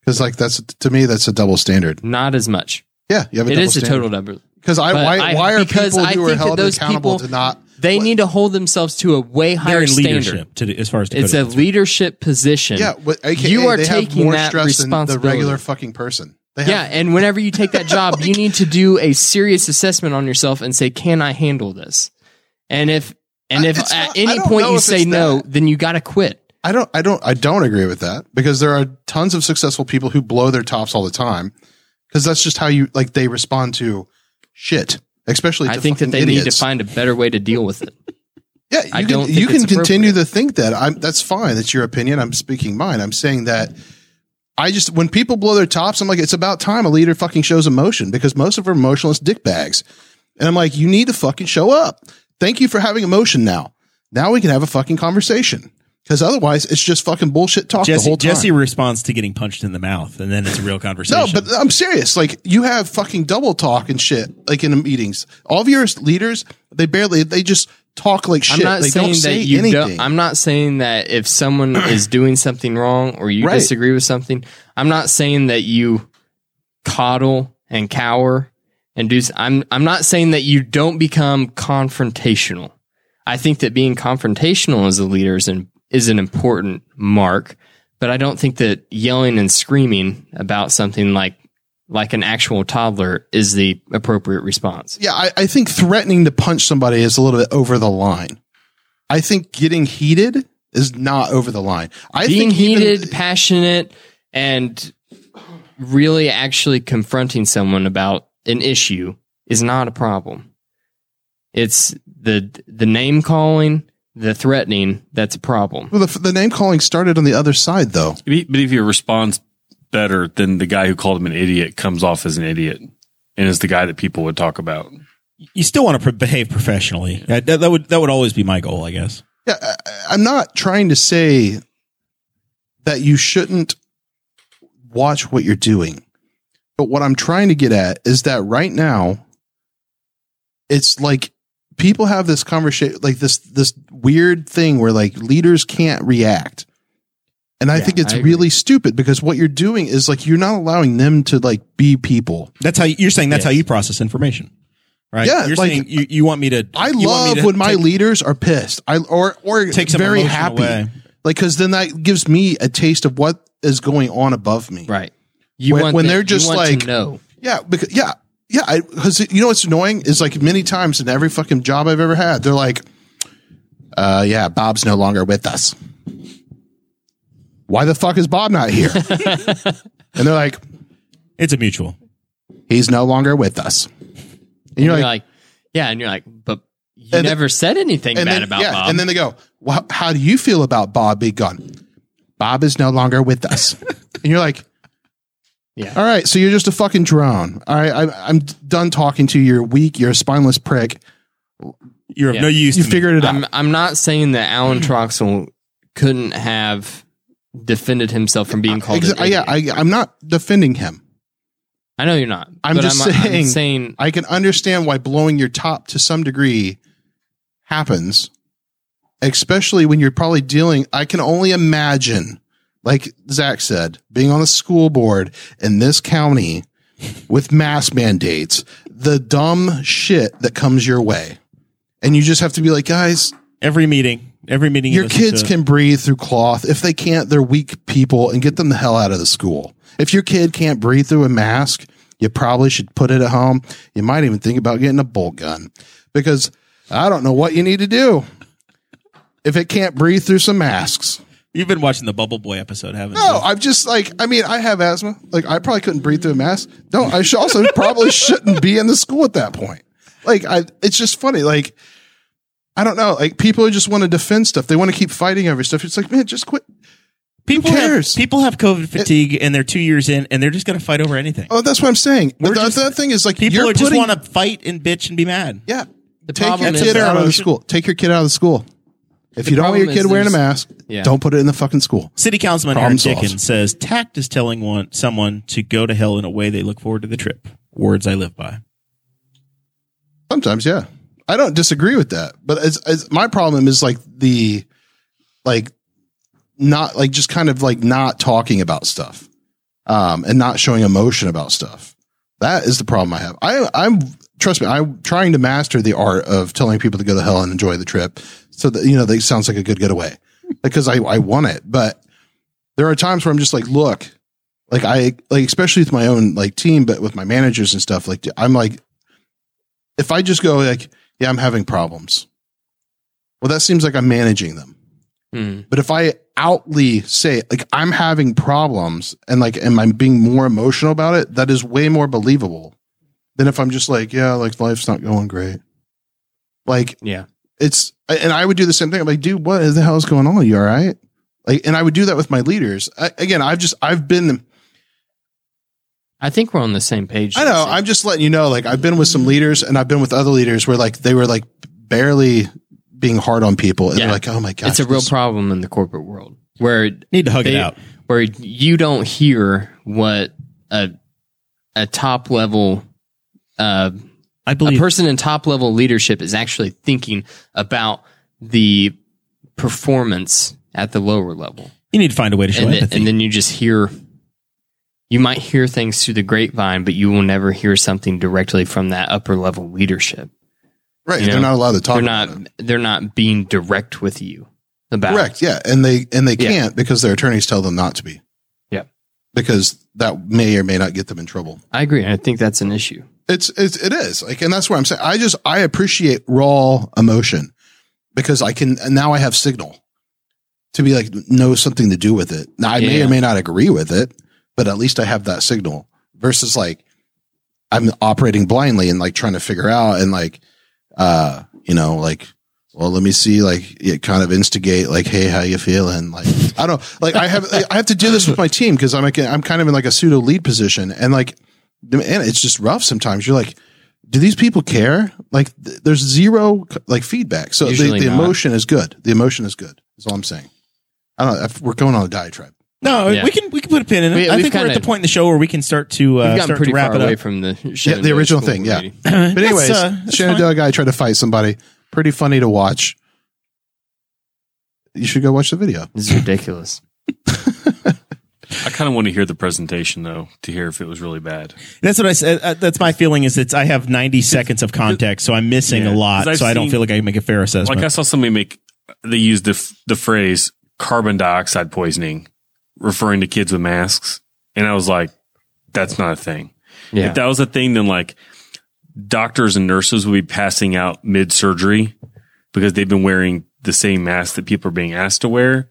S3: Because like that's to me that's a double standard.
S2: Not as much.
S3: Yeah, you have a
S2: It
S3: double
S2: is a
S3: standard.
S2: total double.
S3: Because I
S2: but
S3: why
S2: I-
S3: why are
S2: because
S3: people
S2: I
S3: who are
S2: think that
S3: held
S2: those
S3: accountable
S2: people-
S3: to not?
S2: They need to hold themselves to a way
S1: They're
S2: higher
S1: in
S2: standard.
S1: leadership to, as far as
S2: It's a
S1: Dakota.
S2: leadership position.
S3: Yeah, but, AKA,
S2: you are
S3: they have
S2: taking
S3: more
S2: that
S3: stress than the
S2: responsibility.
S3: regular fucking person. They have,
S2: yeah, and whenever you take that job, you need to do a serious assessment on yourself and say, "Can I handle this?" And if and
S3: I-
S2: if
S3: it's
S2: at
S3: not- I
S2: any
S3: don't
S2: point
S3: know
S2: you
S3: if
S2: say
S3: it's
S2: no,
S3: that.
S2: then you got to quit.
S3: I don't I don't I don't agree with that because there are tons of successful people who blow their tops all the time because that's just how you like they respond to shit. Especially, to
S2: I think that
S3: fucking
S2: they need
S3: idiots.
S2: to find a better way to deal with it.
S3: Yeah, you
S2: I
S3: can,
S2: don't think
S3: you
S2: it's
S3: can continue to think that. I'm that's fine. That's your opinion. I'm speaking mine. I'm saying that I just when people blow their tops, I'm like, it's about time a leader fucking shows emotion because most of our emotionless dickbags. And I'm like, you need to fucking show up. Thank you for having emotion now. Now we can have a fucking conversation. Because otherwise, it's just fucking bullshit talk the
S1: Jesse,
S3: whole time.
S1: Jesse responds to getting punched in the mouth, and then it's a real conversation.
S3: No, but I'm serious. Like you have fucking double talk and shit, like in the meetings. All of your leaders, they barely, they just talk like shit.
S2: I'm not
S3: they
S2: saying
S3: don't say
S2: that you
S3: anything.
S2: don't. I'm not saying that if someone is doing something wrong or you
S3: Right.
S2: disagree with something, I'm not saying that you coddle and cower and do. s- I'm I'm not saying that you don't become confrontational. I think that being confrontational as a leader is an is an important mark, but I don't think that yelling and screaming about something like like an actual toddler is the appropriate response.
S3: yeah, I, I think threatening to punch somebody is a little bit over the line. I think getting heated is not over the line. I
S2: being
S3: think even-
S2: heated, passionate, and really actually confronting someone about an issue is not a problem. It's the the name calling, the threatening that's a problem.
S3: well, the, the name calling started on the other side, though.
S4: But if- but if he responds better, then the guy who called him an idiot comes off as an idiot and is the guy that people would talk about.
S1: you still want to pre- behave professionally. Uh, That, that would that would always be my goal, I guess.
S3: Yeah, I, I- I'm not trying to say that you shouldn't watch what you're doing. But what I'm trying to get at is that right now it's like people have this conversation like this this weird thing where like leaders can't react. And I think it's
S2: I agree.
S3: really stupid because what you're doing is like you're not allowing them to like be people.
S1: That's how you- you're saying. That's
S2: Yes.
S1: how you process information, right?
S3: Yeah,
S1: you're
S3: like-
S1: saying you, you want me to.
S3: I
S1: you want me
S3: love
S1: to
S3: when my
S1: take-
S3: leaders are pissed. I or or
S1: Take some
S3: very
S1: emotion
S3: happy.
S1: away.
S3: Like cuz then that gives me a taste of what is going on above me.
S2: Right. You
S3: When- when
S2: the-
S3: they're
S2: you
S3: just
S2: want
S3: like-
S2: to know.
S3: Yeah, because yeah, yeah. Because you know what's annoying is like many times in every fucking job I've ever had, they're like, uh, "Yeah, Bob's no longer with us. Why the fuck is Bob not here?" and they're like,
S1: it's a mutual.
S3: "He's no longer with us." And,
S2: And
S3: you're like,
S2: yeah, and you're like, but you
S3: And then-
S2: never said anything
S3: and
S2: bad
S3: then,
S2: about
S3: yeah,
S2: Bob.
S3: and then they go, well, "How do you feel about Bob being gone?" Bob is no longer with us, and you're like.
S2: Yeah.
S3: All right. So you're just a fucking drone. All right. I'm, I'm done talking to you. You're weak. You're a spineless prick.
S1: You're of
S2: Yeah.
S1: no use.
S3: You
S1: to me.
S3: figured it out.
S2: I'm I'm not saying that Alan Troxel couldn't have defended himself from being called.
S3: Exa-
S2: an idiot.
S3: yeah, I, I'm not defending him.
S2: I know you're not.
S3: I'm
S2: but
S3: just
S2: I'm
S3: saying-
S2: saying
S3: I can understand why blowing your top to some degree happens, especially when you're probably dealing. I can only imagine, like Zach said, being on the school board in this county with mask mandates, the dumb shit that comes your way. And you just have to be like, guys,
S1: every meeting. Every meeting. you
S3: your
S1: listen
S3: kids
S1: to-
S3: can breathe through cloth. If they can't, they're weak people and get them the hell out of the school. If your kid can't breathe through a mask, you probably should put it at home. You might even think about getting a bolt gun because I don't know what you need to do if it can't breathe through some masks.
S1: You've been watching the Bubble Boy episode, haven't
S3: No, I'm just like, I mean, I have asthma. Like, I probably couldn't breathe through a mask. No, I should also probably shouldn't be in the school at that point. Like, I, it's just funny. Like, I don't know. Like, people just want to defend stuff. They want to keep fighting over stuff. It's like, man, just quit.
S1: you? People
S3: cares?
S1: Have, people have COVID fatigue, and they're two years in, and they're just going to fight over anything.
S3: Oh, that's what I'm saying. The,
S1: just-
S3: the other thing is like,
S1: people
S3: you're
S1: are just
S3: putting-
S1: want to fight and bitch and be mad.
S3: yeah.
S2: The
S3: Take your
S2: problem is-
S3: kid out of the
S1: Emotion.
S3: school. Take your kid out of the school. If you don't want your
S2: problem is
S3: kid wearing a
S2: there's-
S3: mask,
S2: Yeah.
S3: don't put it in the fucking school.
S1: City Councilman
S3: Problem
S1: Aaron
S3: solved.
S1: Dickens says tact is telling one someone to go to hell in a way they look forward to the trip. Words I live by.
S3: Sometimes, yeah. I don't disagree with that, but it's, it's my problem is like the like not like just kind of like not talking about stuff um and not showing emotion about stuff. That is the problem I have. I I'm trust me, I'm trying to master the art of telling people to go to hell and enjoy the trip so that you know, they sounds like a good getaway because I I want it, but there are times where I'm just like, look, like I like especially with my own like team but with my managers and stuff like I'm like if I just go like, yeah, I'm having problems. Well, that seems like I'm managing them.
S2: Hmm.
S3: But if I outly say like I'm having problems and like am I being more emotional about it, that is way more believable than if I'm just like, yeah, like life's not going great. Like
S2: Yeah.
S3: it's and I would do the same thing. I'm like, dude, what the hell is going on? You all right? Like, and I would do that with my leaders. I, again, I've just I've been
S2: I think we're on the same page.
S3: I know.
S2: Jesse.
S3: I'm just letting you know. Like I've been with some leaders, and I've been with other leaders where like they were like barely being hard on people, and
S2: Yeah.
S3: they're like, "Oh my god,
S2: it's a real problem in the corporate world where
S1: Need to hug it
S2: they-
S1: out.
S2: where you don't hear what a a top level uh,
S1: I
S2: a
S1: believe
S2: person in top level leadership is actually thinking about the performance at the lower level,
S1: you need to find a way to show
S2: and, then
S1: empathy.
S2: and then you just hear. You might hear things through the grapevine, but you will never hear something directly from that upper level leadership.
S3: right?
S2: you
S3: They're
S2: know,
S3: not allowed to talk.
S2: They're
S3: about
S2: not.
S3: it.
S2: They're not being direct with you about
S3: correct. Yeah, and they and they
S2: Yeah.
S3: can't because their attorneys tell them not to be.
S2: Yeah.
S3: because that may or may not get them in trouble.
S2: I agree. I think that's an issue.
S3: It's it's it is like, and that's what I'm saying. I just I appreciate raw emotion because I can and now I have signal to be like know something to do with it. Now I may
S2: Yeah.
S3: or may not agree with it, but at least I have that signal versus like I'm operating blindly and like trying to figure out and like uh you know like well let me see like it kind of instigate like hey how you feeling like I don't like I have I have to do this with my team because I'm like I'm kind of in like a pseudo lead position and like and it's just rough sometimes you're like do these people care like th- there's zero like feedback so the,
S2: Usually
S3: the
S2: not.
S3: emotion is good the emotion is good is all I'm saying I don't know if we're going on a diatribe
S1: no,
S2: Yeah.
S1: we can we can put a pin in it.
S2: We-
S1: I
S2: we've
S1: think we're at
S2: kinda-
S1: the point in the show where we can start to
S2: We've
S1: uh,
S2: gotten
S1: start to
S2: pretty
S1: wrap
S2: far
S1: it
S2: away
S1: up.
S2: from the show
S3: Yeah, the
S2: notes
S3: original
S2: we're
S3: thing, yeah.
S2: reading.
S3: but anyways
S1: uh, that's
S3: Shenandoah guy tried to fight somebody pretty funny to watch you should go watch the video
S2: This is ridiculous.
S4: I kind of want to hear the presentation though to hear if it was really bad.
S1: That's what I said. Uh, that's my feeling. Is it's I have 90 seconds of context, so I'm missing
S4: Yeah,
S1: a lot,
S4: 'cause I've
S1: so I don't
S4: seen-
S1: feel like I can make a fair assessment.
S4: Like I saw somebody make they used the f- the phrase carbon dioxide poisoning, referring to kids with masks, and I was like, that's not a thing.
S2: Yeah.
S4: If that was a thing, then like doctors and nurses would be passing out mid surgery because they've been wearing the same mask that people are being asked to wear.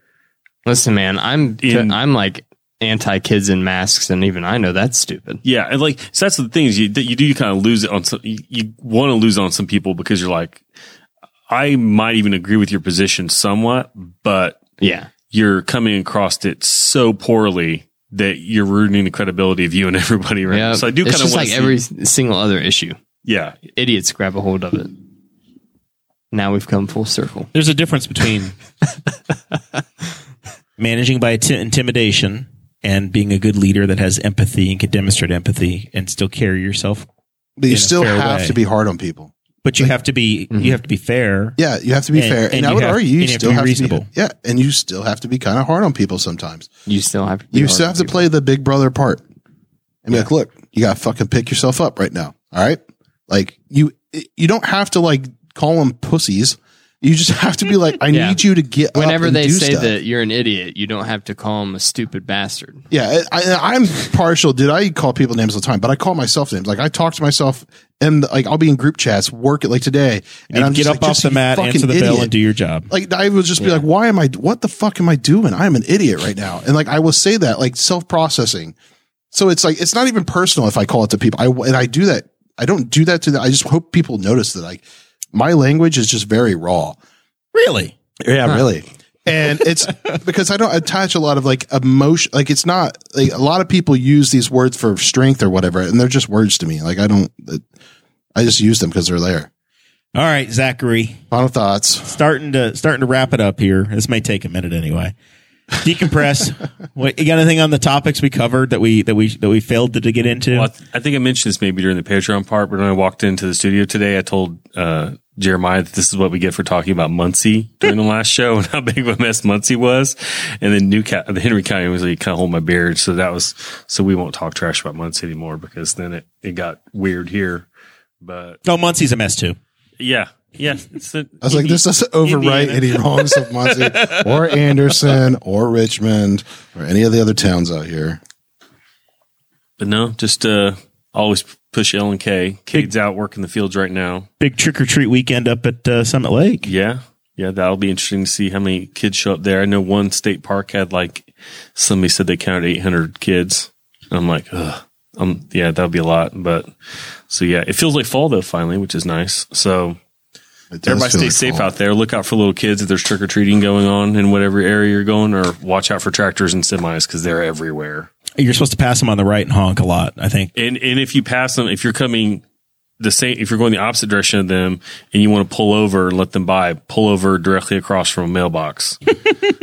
S2: Listen, man, I'm
S4: In-
S2: I'm like anti kids in masks, and even I know that's stupid.
S4: Yeah, and like so that's the thing is you that you do kind of lose it on some you, you want to lose on some people because you're like I might even agree with your position somewhat, but
S2: Yeah.
S4: you're coming across it so poorly that you're ruining the credibility of you and everybody around.
S2: Yeah.
S4: So I do
S2: it's
S4: kind of
S2: just
S4: want
S2: like every single other issue.
S4: yeah.
S2: Idiots grab a hold of it. Now we've come full circle.
S1: There's a difference between managing by t- intimidation and being a good leader that has empathy and can demonstrate empathy and still carry yourself.
S3: but you
S1: In a
S3: still
S1: fair
S3: have
S1: way.
S3: to be hard on people
S1: But you have to be you have to be fair.
S3: Yeah, you have to be
S1: And-
S3: fair,
S1: and
S3: and, I
S1: you
S3: would
S1: have-
S3: argue you,
S1: and you have
S3: still
S1: to be
S3: have to be
S1: reasonable.
S3: yeah, and you still have to be kind of hard on people sometimes.
S2: You still have to. be
S3: You
S2: hard
S3: still
S2: on
S3: have to
S2: people.
S3: play the big brother part and be like, look, you got to fucking pick yourself up right now. All right, like you, you don't have to like call them pussies. You just have to be like, I
S2: Yeah.
S3: need you to get up
S2: Whenever
S3: and
S2: they
S3: do
S2: say
S3: stuff.
S2: that you're an idiot, you don't have to call them a stupid bastard.
S3: Yeah, I, I, I'm partial. Did I call people names all the time? But I call myself names. Like I talk to myself, and like I'll be in group chats, work it like today,
S1: And,
S3: I'm
S1: get
S3: just
S1: up
S3: like,
S1: off
S3: just
S1: the
S3: you
S1: mat,
S3: fucking
S1: answer the bell,
S3: idiot.
S1: and do your job.
S3: like I would just be like, why am I? What the fuck am I doing? I'm an idiot right now. And like I will say that, like self processing. So it's like it's not even personal if I call it to people. I and I do that. I don't do that to them. I just hope people notice that. Like my language is just very raw.
S1: Really?
S3: Yeah, really. And it's because I don't attach a lot of like emotion. Like it's not like a lot of people use these words for strength or whatever, and they're just words to me. Like I don't. I just use them because they're there.
S1: All right, Zachary.
S3: Final thoughts.
S1: Starting to starting to wrap it up here. This may take a minute anyway. Decompress. Wait, you got anything on the topics we covered that we that we that we failed to, to get into?
S4: Well, I, th- I think I mentioned this maybe during the Patreon part, but when I walked into the studio today, I told uh, Jeremiah that this is what we get for talking about Muncie during the last show and how big of a mess Muncie was. And then New Ca- the Henry County was like kind of hold my beard, so that was so we won't talk trash about Muncie anymore because then it it got weird here. But
S1: Oh, Muncie's a mess too.
S4: yeah, yeah, it's a,
S3: I was like, this doesn't overwrite any wrongs of Muncie or Anderson or Richmond or any of the other towns out here.
S4: but no, just uh, always push L and K. Cade's out working the fields right now.
S1: Big trick or treat weekend up at uh, Summit Lake.
S4: Yeah. Yeah, that'll be interesting to see how many kids show up there. I know one state park had like somebody said they counted 800 kids. And I'm like, ugh. Um, yeah, that'll be a lot. But so yeah, it feels like fall though finally, which is nice. So
S3: It does
S4: everybody
S3: feel
S4: stay
S3: like
S4: safe
S3: fall.
S4: out there. Look out for little kids if there's trick or treating going on in whatever area you're going, or watch out for tractors and semis because they're everywhere.
S1: You're supposed to pass them on the right and honk a lot. I think
S4: And and if you pass them, if you're coming the same if you're going the opposite direction of them and you want to pull over and let them by, pull over directly across from a mailbox.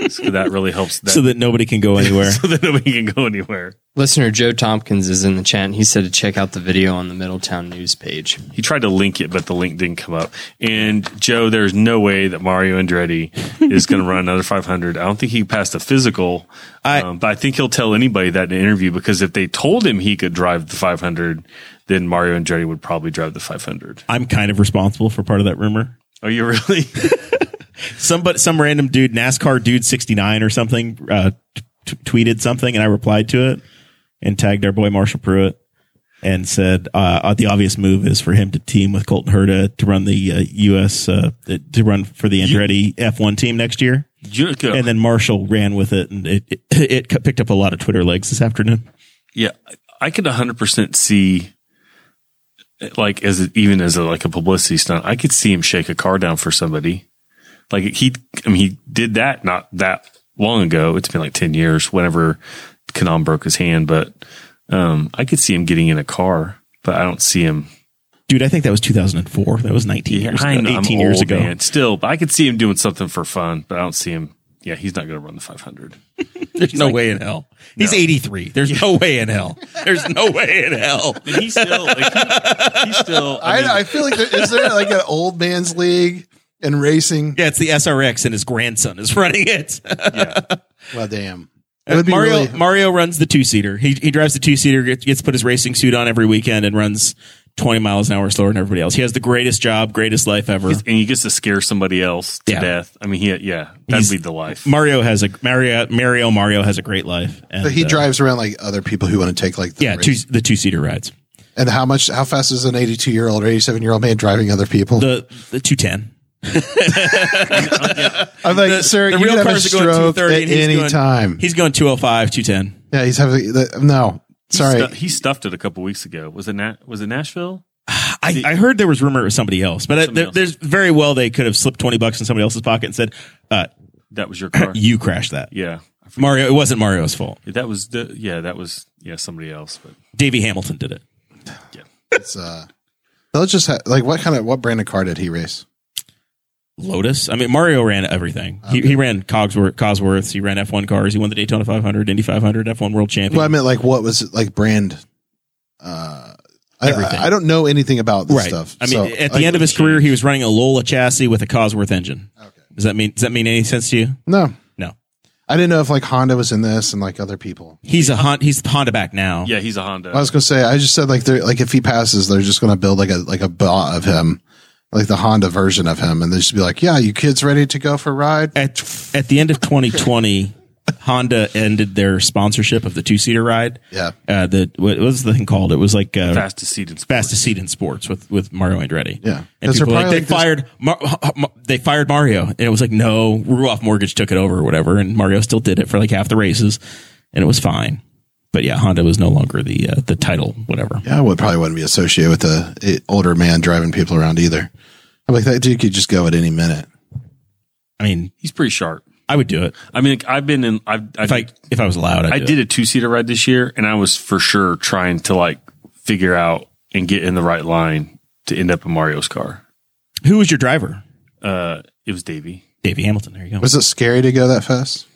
S4: so that really helps that,
S1: so that nobody can go anywhere.
S4: so that nobody can go anywhere.
S2: Listener Joe Tompkins is in the chat and he said to check out the video on the Middletown news page.
S4: He tried to link it, but the link didn't come up. And Joe, there's no way that Mario Andretti is going to run another 500. I don't think he passed the physical,
S1: I-
S4: um, but I think he'll tell anybody that in an interview because if they told him he could drive the 500, then Mario Andretti would probably drive the 500.
S1: I'm kind of responsible for part of that rumor.
S4: Are you really?
S1: Some but some random dude, NASCAR dude, 69 or something, uh, t- t- tweeted something, and I replied to it and tagged our boy Marshall Pruitt and said uh, the obvious move is for him to team with Colton Herta to run the uh, U.S. Uh, to run for the Andretti F1 team next year.
S4: Jericho.
S1: And then Marshall ran with it, and it, it it c- picked up a lot of Twitter legs this afternoon.
S4: yeah, I could 100% see, like, as a, even as a, like a publicity stunt, I could see him shake a car down for somebody. Like he, I mean, he did that not that long ago. It's been like ten years. Whenever Kanan broke his hand, but um, I could see him getting in a car, but I don't see him.
S1: Dude, I think that was 2004. That was 19 years
S4: I
S1: ago,
S4: know, I'm
S1: 18 years
S4: old,
S1: ago.
S4: man, still, but I could see him doing something for fun, but I don't see him. Yeah, he's not going to run the 500.
S1: There's no way in hell. He's 83. There's no way in hell. There's no way in hell.
S4: He's still, he's still.
S3: I, I feel like there, is there like an old man's league in racing?
S1: Yeah, it's the SRX and his grandson is running it.
S3: Well, damn. It would be
S1: Mario
S3: really-
S1: Mario runs the two seater. He he drives the two seater. Gets, gets put his racing suit on every weekend and runs 20 miles an hour slower than everybody else. He has the greatest job, greatest life ever.
S4: and he gets to scare somebody else to
S1: Yeah.
S4: death. I mean, he, yeah, that'd
S1: He's-
S4: be the life.
S1: Mario has a Mario Mario Mario has a great life. And,
S3: but he
S1: uh,
S3: drives around like other people who want to take like the
S1: yeah
S3: race.
S1: two, the two seater rides.
S3: and how much how fast is an 82 year old or 87 year old man driving other people
S1: The the 210.
S3: i'm like sir you could have a stroke at
S1: and he's
S3: any
S1: going-
S3: time
S1: He's going 205, 210.
S3: yeah he's having the, no sorry
S4: Stu- he stuffed it a couple weeks ago. Was it Na- was it Nashville?
S1: I, I heard there was rumor it was somebody else, but I, there,
S4: else.
S1: there's very well they could have slipped twenty bucks in somebody else's pocket and said, uh,
S4: That was your car.
S1: "You crashed that,
S4: yeah, I forget.
S1: Mario." It wasn't Mario's fault.
S4: that was the yeah that was yeah somebody else. But
S1: Davey Hamilton did it.
S3: it's uh they'll just ha- like what kind of what brand of car did he race
S1: Lotus. I mean, Mario ran everything. He, he ran Cogsworth, Cosworths. He ran F1 cars. He won the Daytona 500, Indy 500, F1 World Champion.
S3: well i meant like what was it like brand uh I,
S1: Everything.
S3: I, I don't know anything about this
S1: right.
S3: stuff
S1: I mean,
S3: so,
S1: at the
S3: like,
S1: end of his career, he was running a Lola chassis with a Cosworth engine. Does that mean Does that mean any sense to you?
S3: no
S1: No.
S3: i didn't know if like honda was in this and like other people
S1: He's a Honda. He's Honda back now.
S4: yeah, he's a Honda.
S3: I was gonna say, I just said like they're like if he passes, they're just gonna build like a like a bot of him, like the Honda version of him, and they just be like, yeah, you kids ready to go for a ride?
S1: at at the end of 2020, Honda ended their sponsorship of the two seater ride.
S3: Yeah.
S1: Uh, the what was the thing called? It was like uh,
S4: Fastest seat in sports.
S1: fastest seat in sports with with Mario Andretti.
S3: Yeah.
S1: and
S3: That's
S1: people were like,
S3: probably
S1: they
S3: like this-
S1: fired Mar- Ma- they fired Mario, and it was like no, Ruoff Mortgage took it over or whatever, and Mario still did it for like half the races, and it was fine. But yeah, Honda was no longer the uh, the title, whatever.
S3: Yeah, I would probably wouldn't be associated with a, a older man driving people around either. I'm like that dude could just go at any minute.
S1: I mean,
S4: He's pretty sharp.
S1: I would do it
S4: I mean, like, I've been in. I've, I've
S1: if I if I was allowed. I'd
S4: I
S1: do
S4: did a two seater ride this year, and I was for sure trying to like figure out and get in the right line to end up in Mario's car.
S1: it. Who was your driver?
S4: Uh, it was Davey.
S1: Davey Hamilton. There you go.
S3: Was it scary to go that fast?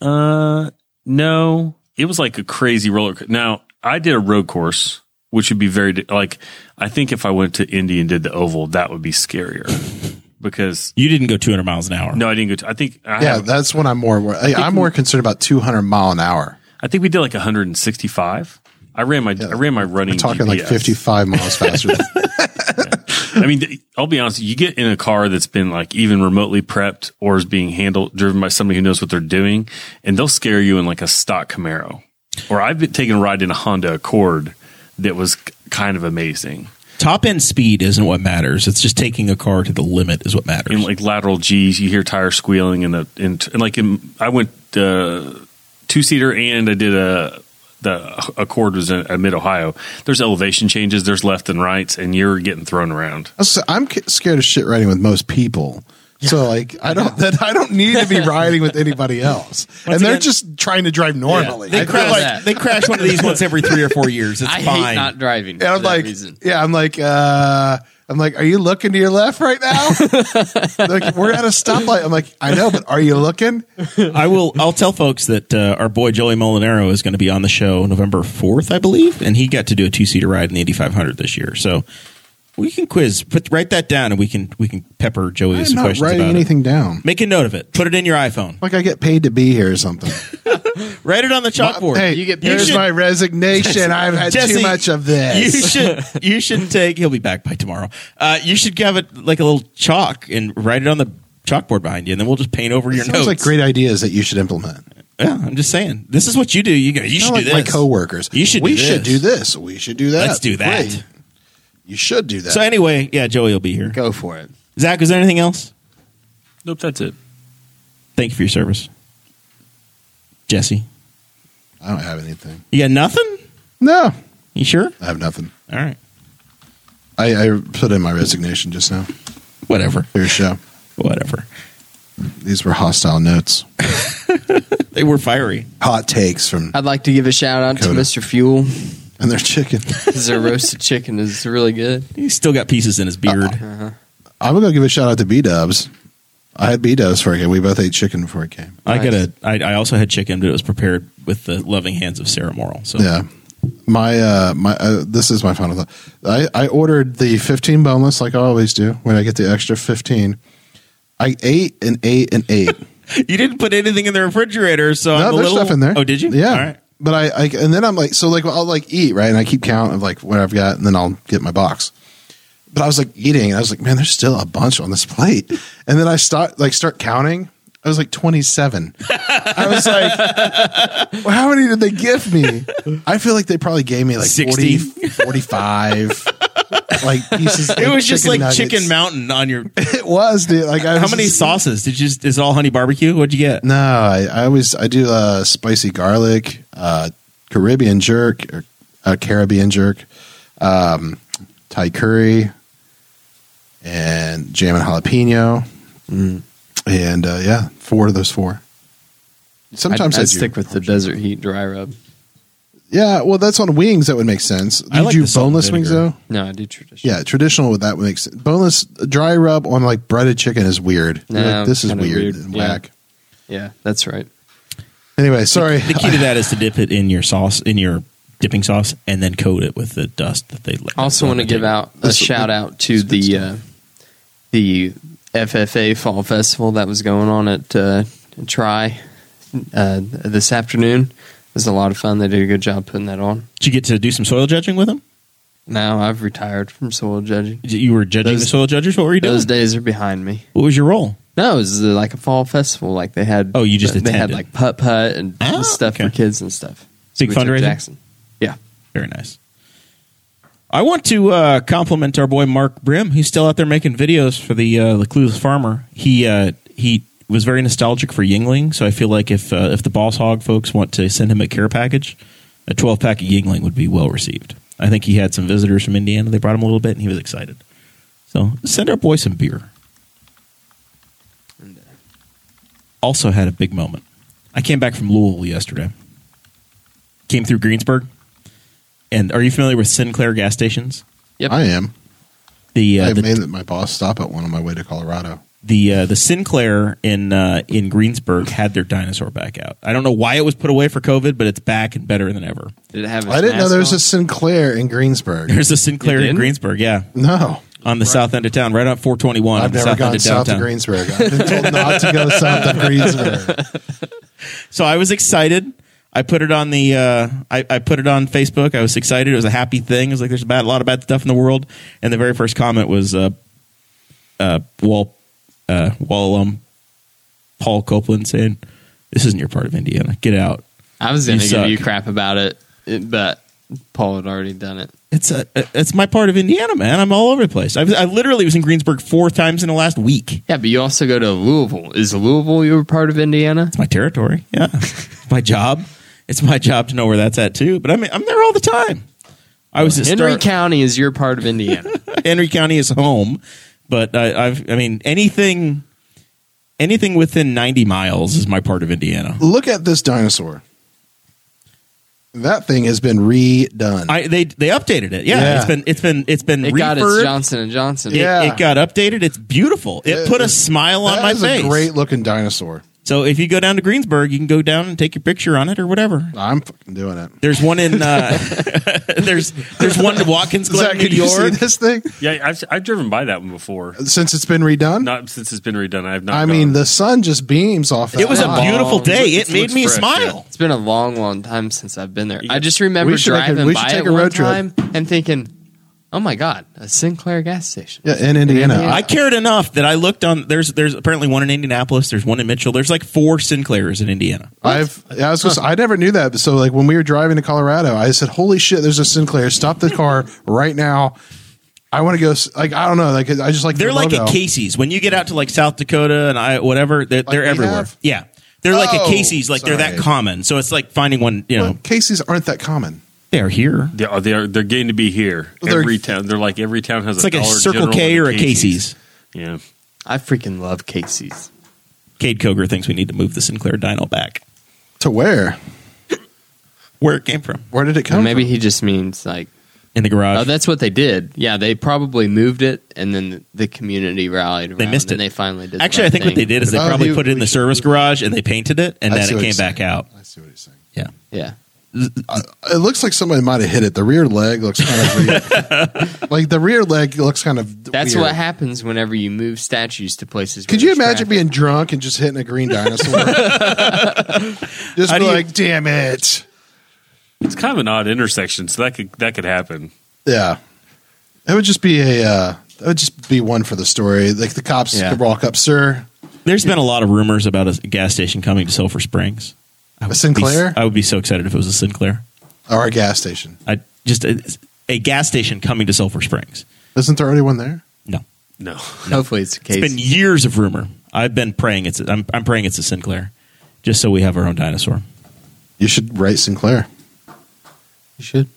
S4: Uh, no, it was like a crazy roller. co- Now I did a road course, which would be very di- like. I think if I went to Indy and did the oval, that would be scarier because
S1: you didn't go 200 miles an hour.
S4: no, I didn't go. To, I think I,
S3: Yeah,
S4: haven't-
S3: that's when I'm more. wor- I, I'm more concerned about 200 mile an hour.
S4: I think we did like 165. I ran my I ran my running.
S3: Talking like
S4: GPS.
S3: 55 miles faster. than-
S4: I mean, th- I'll be honest. You get in a car that's been like even remotely prepped or is being handled driven by somebody who knows what they're doing, and they'll scare you in like a stock Camaro. Or I've been taking a ride in a Honda Accord that was k- kind of amazing.
S1: top end speed isn't what matters. It's just taking a car to the limit is what matters.
S4: in like lateral G's, you hear tires squealing and the and, and like in, I went uh, two seater and I did a the Accord was in, in mid Ohio. There's elevation changes, there's left and rights, and you're getting thrown around.
S3: I'm scared of shit riding with most people. So like I don't that I don't need to be riding with anybody else. and they're
S1: again-
S3: just trying to drive normally.
S1: They
S3: I-
S1: crash,
S2: feel
S1: like,
S2: that.
S1: they crash one of these once every three or four years. It's
S2: I
S1: fine.
S2: hate not driving.
S3: and I'm
S2: for that
S3: like
S2: reason.
S3: yeah, I'm like uh I'm like, are you looking to your left right now? like we're at a stoplight. I'm like, I know, but are you looking?
S1: I will. I'll tell folks that uh, our boy Joey Molinaro is going to be on the show November fourth, I believe, and he got to do a two seater ride in the eighty five hundred this year. So we can quiz, put write that down, and we can we can pepper Joey with
S3: I'm
S1: some
S3: not
S1: questions
S3: writing
S1: about
S3: anything down.
S1: it. Make a note of it. Put it in your iPhone.
S3: Like I get paid to be here or something.
S1: Write it on the chalkboard.
S3: hey,
S2: You get paid.
S3: here's
S1: You should-
S3: my resignation. I've had
S1: Jesse,
S3: too much of
S1: You
S3: this.
S1: should you should take. He'll be back by tomorrow. Uh, you should have it like a little chalk and write it on the chalkboard behind you, and then we'll just paint over your
S3: Sounds
S1: notes.
S3: like great ideas that you should implement.
S1: Yeah, I'm just saying. This is what you do. You go. You
S3: Kinda
S1: should
S3: like
S1: do
S3: my
S1: this.
S3: coworkers.
S1: You should do
S3: We
S1: this.
S3: should do this. We should do that.
S1: Let's do that.
S3: Wait, You should do that.
S1: So anyway, yeah, Joey will be here.
S2: Go for it.
S1: Zach, is there anything else?
S4: Nope, that's it.
S1: Thank you for your service. Jesse,
S3: I don't have anything.
S1: you got nothing?
S3: No,
S1: You sure?
S3: I have nothing.
S1: All right.
S3: I, I put in my resignation just now.
S1: Whatever.
S3: Your show.
S1: Whatever.
S3: These were hostile notes,
S1: They were fiery.
S3: hot takes from
S2: I'd like to give a shout out
S3: Coda.
S2: to Mr. Fuel.
S3: and their chicken.
S2: His uh, roasted chicken is really good.
S1: He's still got pieces in his beard.
S3: I'm gonna give a shout out to B Dubs. I had B Dubs for a game. We both ate chicken before it came.
S1: I got a. I, I also had chicken, but it was prepared with the loving hands of Sarah Morrill. So
S3: Yeah. My uh my uh, this is my final thought. I I ordered the 15 boneless like I always do when I get the extra 15. I ate and ate and ate.
S1: you didn't put anything in the refrigerator. So
S3: no,
S1: I'm a
S3: there's
S1: little.
S3: stuff in there.
S1: Oh, did you?
S3: Yeah.
S1: All right.
S3: But I, I and then I'm like so like I'll like eat right and I keep count of like what I've got and then I'll get my box. But I was like eating and I was like man there's still a bunch on this plate and then I start like start counting. I was like 27. I was like, well, how many did they give me? I feel like they probably gave me like 40,
S1: 60.
S3: 45 like pieces.
S1: It was just like
S3: nuggets.
S1: chicken mountain on your.
S3: It was, dude. Like, I
S1: How
S3: was
S1: many
S3: just-
S1: sauces did you? Is it all honey barbecue? What'd you get?
S3: no, I, I always I do uh, spicy garlic, uh, Caribbean jerk, or uh, Caribbean jerk, um, Thai curry, and jam and jalapeno, and uh, yeah, four of those four. Sometimes
S2: I'd,
S3: I,
S2: I'd
S3: do.
S2: stick with the desert heat dry rub.
S3: Yeah, well, that's on wings. That would make sense. Do
S1: I
S3: you
S1: like
S3: do
S1: the salt and
S3: boneless wings
S1: vinegar.
S3: though?
S2: No, I do traditional.
S3: Yeah, traditional with that would make sense. Boneless dry rub on like breaded chicken is weird. You're
S2: No,
S3: like, this is
S2: kinda
S3: weird,
S2: weird.
S3: and
S2: Yeah.
S3: whack.
S2: yeah, that's right.
S3: Anyway, sorry.
S1: The key to that is to dip it in your sauce, in your dipping sauce, and then coat it with the dust that they.
S2: I also want to give out a
S3: That's-
S2: shout out to the uh, the FFA Fall Festival that was going on at uh, Try uh, this afternoon. It was a lot of fun. They did a good job putting that on.
S1: Did you get to do some soil judging with them?
S2: Now I've retired from soil judging.
S1: You were judging
S2: Those-
S1: the soil judges. What were you doing?
S2: Those days are behind me.
S1: what was your role?
S2: No, it was uh, like a fall festival. Like they had.
S1: Oh, you just
S2: they had
S1: attended.
S2: like putt putt and
S1: Ah,
S2: stuff
S1: okay.
S2: for kids and stuff.
S1: Big
S2: we took
S1: fundraiser?
S2: Jackson. Yeah,
S1: Very nice. I want to uh, compliment our boy Mark Brim. He's still out there making videos for the uh, the Clueless Farmer. He uh, he was very nostalgic for Yingling, so I feel like if uh, if the Boss Hog folks want to send him a care package, a twelve pack of Yingling would be well received. I think he had some visitors from Indiana. They brought him a little bit, and he was excited. So send our boy some beer. Also had a big moment. I came back from Louisville yesterday. Came through Greensburg. And are you familiar with Sinclair gas stations?
S2: yep.
S3: I am.
S1: The uh,
S3: I
S1: the,
S3: made my boss stop at one on my way to Colorado.
S1: the, uh, the Sinclair in uh, in Greensburg had their dinosaur back out. I don't know why it was put away for COVID, but it's back and better than ever.
S2: Did it have?
S3: I didn't know there was a
S2: this.
S3: Sinclair in Greensburg.
S1: There's a Sinclair in Greensburg, yeah,
S3: No,
S1: on the south end of town, right on 421. on
S3: I've
S1: the
S3: never
S1: south end
S3: gone
S1: of
S3: south of
S1: downtown.
S3: Greensburg. I've been told not to go south of Greensburg.
S1: So I was excited. I put it on the uh, I, I put it on Facebook. I was excited. It was a happy thing. It was like there's a, bad, a lot of bad stuff in the world. And the very first comment was uh, uh, Wall uh, Wall alum Paul Copeland saying, "This isn't your part of Indiana. Get out."
S2: I was going
S1: You
S2: to give you
S1: suck.
S2: crap about it, it- but Paul had already done it.
S1: It's a it's my part of Indiana, man. I'm all over the place. I, was, I literally was in Greensburg four times in the last week.
S2: Yeah, but you also go to Louisville. Is Louisville your part of Indiana?
S1: It's my territory. Yeah, it's my job. It's my job to know where that's at too. But I'm I'm there all the time. I was at
S2: Henry
S1: Star-
S2: County is your part of Indiana.
S1: Henry County is home, but I, I've I mean anything anything within 90 miles is my part of Indiana.
S3: Look at this dinosaur. That thing has been redone.
S1: I they they updated it. Yeah,
S3: Yeah.
S1: it's been it's been it's been
S2: It got its
S1: refurbed.
S2: Johnson and Johnson.
S1: It,
S3: Yeah.
S1: it got updated. It's beautiful. It
S3: Yeah,
S1: put a
S3: it's-
S1: smile on
S3: That
S1: my
S3: is
S1: face.
S3: a great looking dinosaur.
S1: so if you go down to Greensburg, you can go down and take your picture on it or whatever.
S3: I'm fucking doing it.
S1: There's one in uh, there's there's one in Watkins Glen,
S3: Zach,
S1: New
S3: could you see
S1: York.
S3: this thing?
S4: Yeah, I've I've driven by that one before.
S3: Since it's been redone,
S4: Not since it's been redone. I've not.
S3: I mean,
S4: gone.
S3: the sun just beams off.
S1: It was a
S3: that.
S1: beautiful day. It,
S4: It
S1: made
S4: looks
S1: me
S4: fresh,
S1: smile.
S2: It's been a long, long time since I've been there. I just remember
S3: We should make a-
S2: driving
S3: we should
S2: by
S3: take
S2: it
S3: a
S2: one
S3: road trip.
S2: time and thinking, "Oh my god, a Sinclair gas station."
S3: yeah, in Indiana.
S1: I cared enough that I looked on. There's there's apparently one in Indianapolis. There's one in Mitchell. There's like four Sinclairs in Indiana.
S3: I, have I was just, I never knew that. So like when we were driving to Colorado, I said, "Holy shit, there's a Sinclair! Stop the car right now! I want to go." s- Like I don't know, like I just like
S1: They're
S3: the
S1: like
S3: logo.
S1: a Casey's. When you get out to like South Dakota and I whatever, they're, they're
S3: we
S1: everywhere.
S3: have?
S1: Yeah, they're like a
S3: Oh,
S1: Casey's. Like they're that
S3: sorry.
S1: common. So it's like finding one. You know,
S3: Well, Casey's aren't that common.
S1: they are here.
S4: they are, they are they're getting to be here.
S3: They're-
S4: every town, they're like every town has
S1: It's like a
S4: Dollar
S1: Circle
S4: General
S1: K
S4: and
S1: or a Casey's.
S4: Yeah,
S2: I freaking love Casey's.
S1: Cade Coger thinks we need to move the Sinclair Dino back
S3: To where?
S1: where it came from
S3: Where did it come?
S2: And maybe he just means like,
S1: in the garage.
S2: oh, that's what they did. Yeah, they probably moved it, and then the community rallied. Around,
S1: missed
S2: and
S1: it.
S2: They finally did. the
S1: Actually,
S2: right
S1: I think what
S2: thing.
S1: they did is they
S3: Oh,
S1: probably
S3: you-
S1: put it in the service garage and they painted it, and
S3: I
S1: then
S3: see
S1: it
S3: what
S1: came
S3: you're
S1: back
S3: saying.
S1: out.
S3: from? I see what he's saying.
S1: Yeah.
S2: Yeah,
S3: It looks like somebody might have hit it. The rear leg looks kind of weird. like the rear leg looks kind of.
S2: that's
S3: weird.
S2: what happens whenever you move statues to places.
S3: Could
S2: where
S3: you
S2: there's
S3: imagine
S2: traffic.
S3: being drunk and just hitting a green dinosaur? just
S1: How do
S3: be
S1: you-
S3: like, damn it.
S4: it's kind of an odd intersection, so that could that could happen.
S3: Yeah. It would just be a uh that would just be one for the story. Like the cops
S2: Yeah.
S3: could walk up, sir.
S1: There's been a lot of rumors about a gas station coming to Sulphur Springs. I would be-
S3: Sinclair?
S1: I would be so excited if it was a Sinclair.
S3: Or a gas station.
S1: I just a, a gas station coming to Sulphur Springs.
S3: Isn't there already one there?
S1: No,
S4: No,
S2: Hopefully, it's a
S1: it's been
S2: Casey's.
S1: years of rumor. I've been praying it's. I'm, I'm praying it's a Sinclair, just so we have our own dinosaur.
S3: You should write Sinclair.
S2: You should.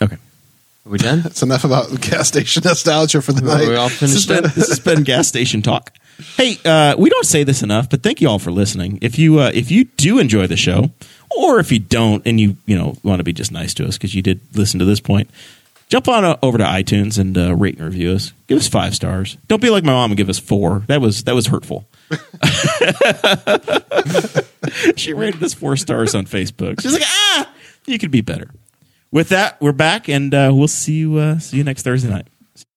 S1: Okay.
S2: Are we done?
S3: That's enough about gas station nostalgia for the
S2: Are we all
S3: night.
S1: This has,
S2: finished
S1: been,
S2: up?
S1: this has been gas station talk. Hey, uh, we don't say this enough, but thank you all for listening. If you uh, if you do enjoy the show, or if you don't, and you you know want to be just nice to us because you did listen to this point, jump on uh, over to iTunes and uh, rate and review us. Give us five stars. Don't be like my mom and give us four. That was that was hurtful. she rated us four stars on Facebook. She's like, ah, you could be better. With that, we're back, and uh, we'll see you uh, see you next Thursday night.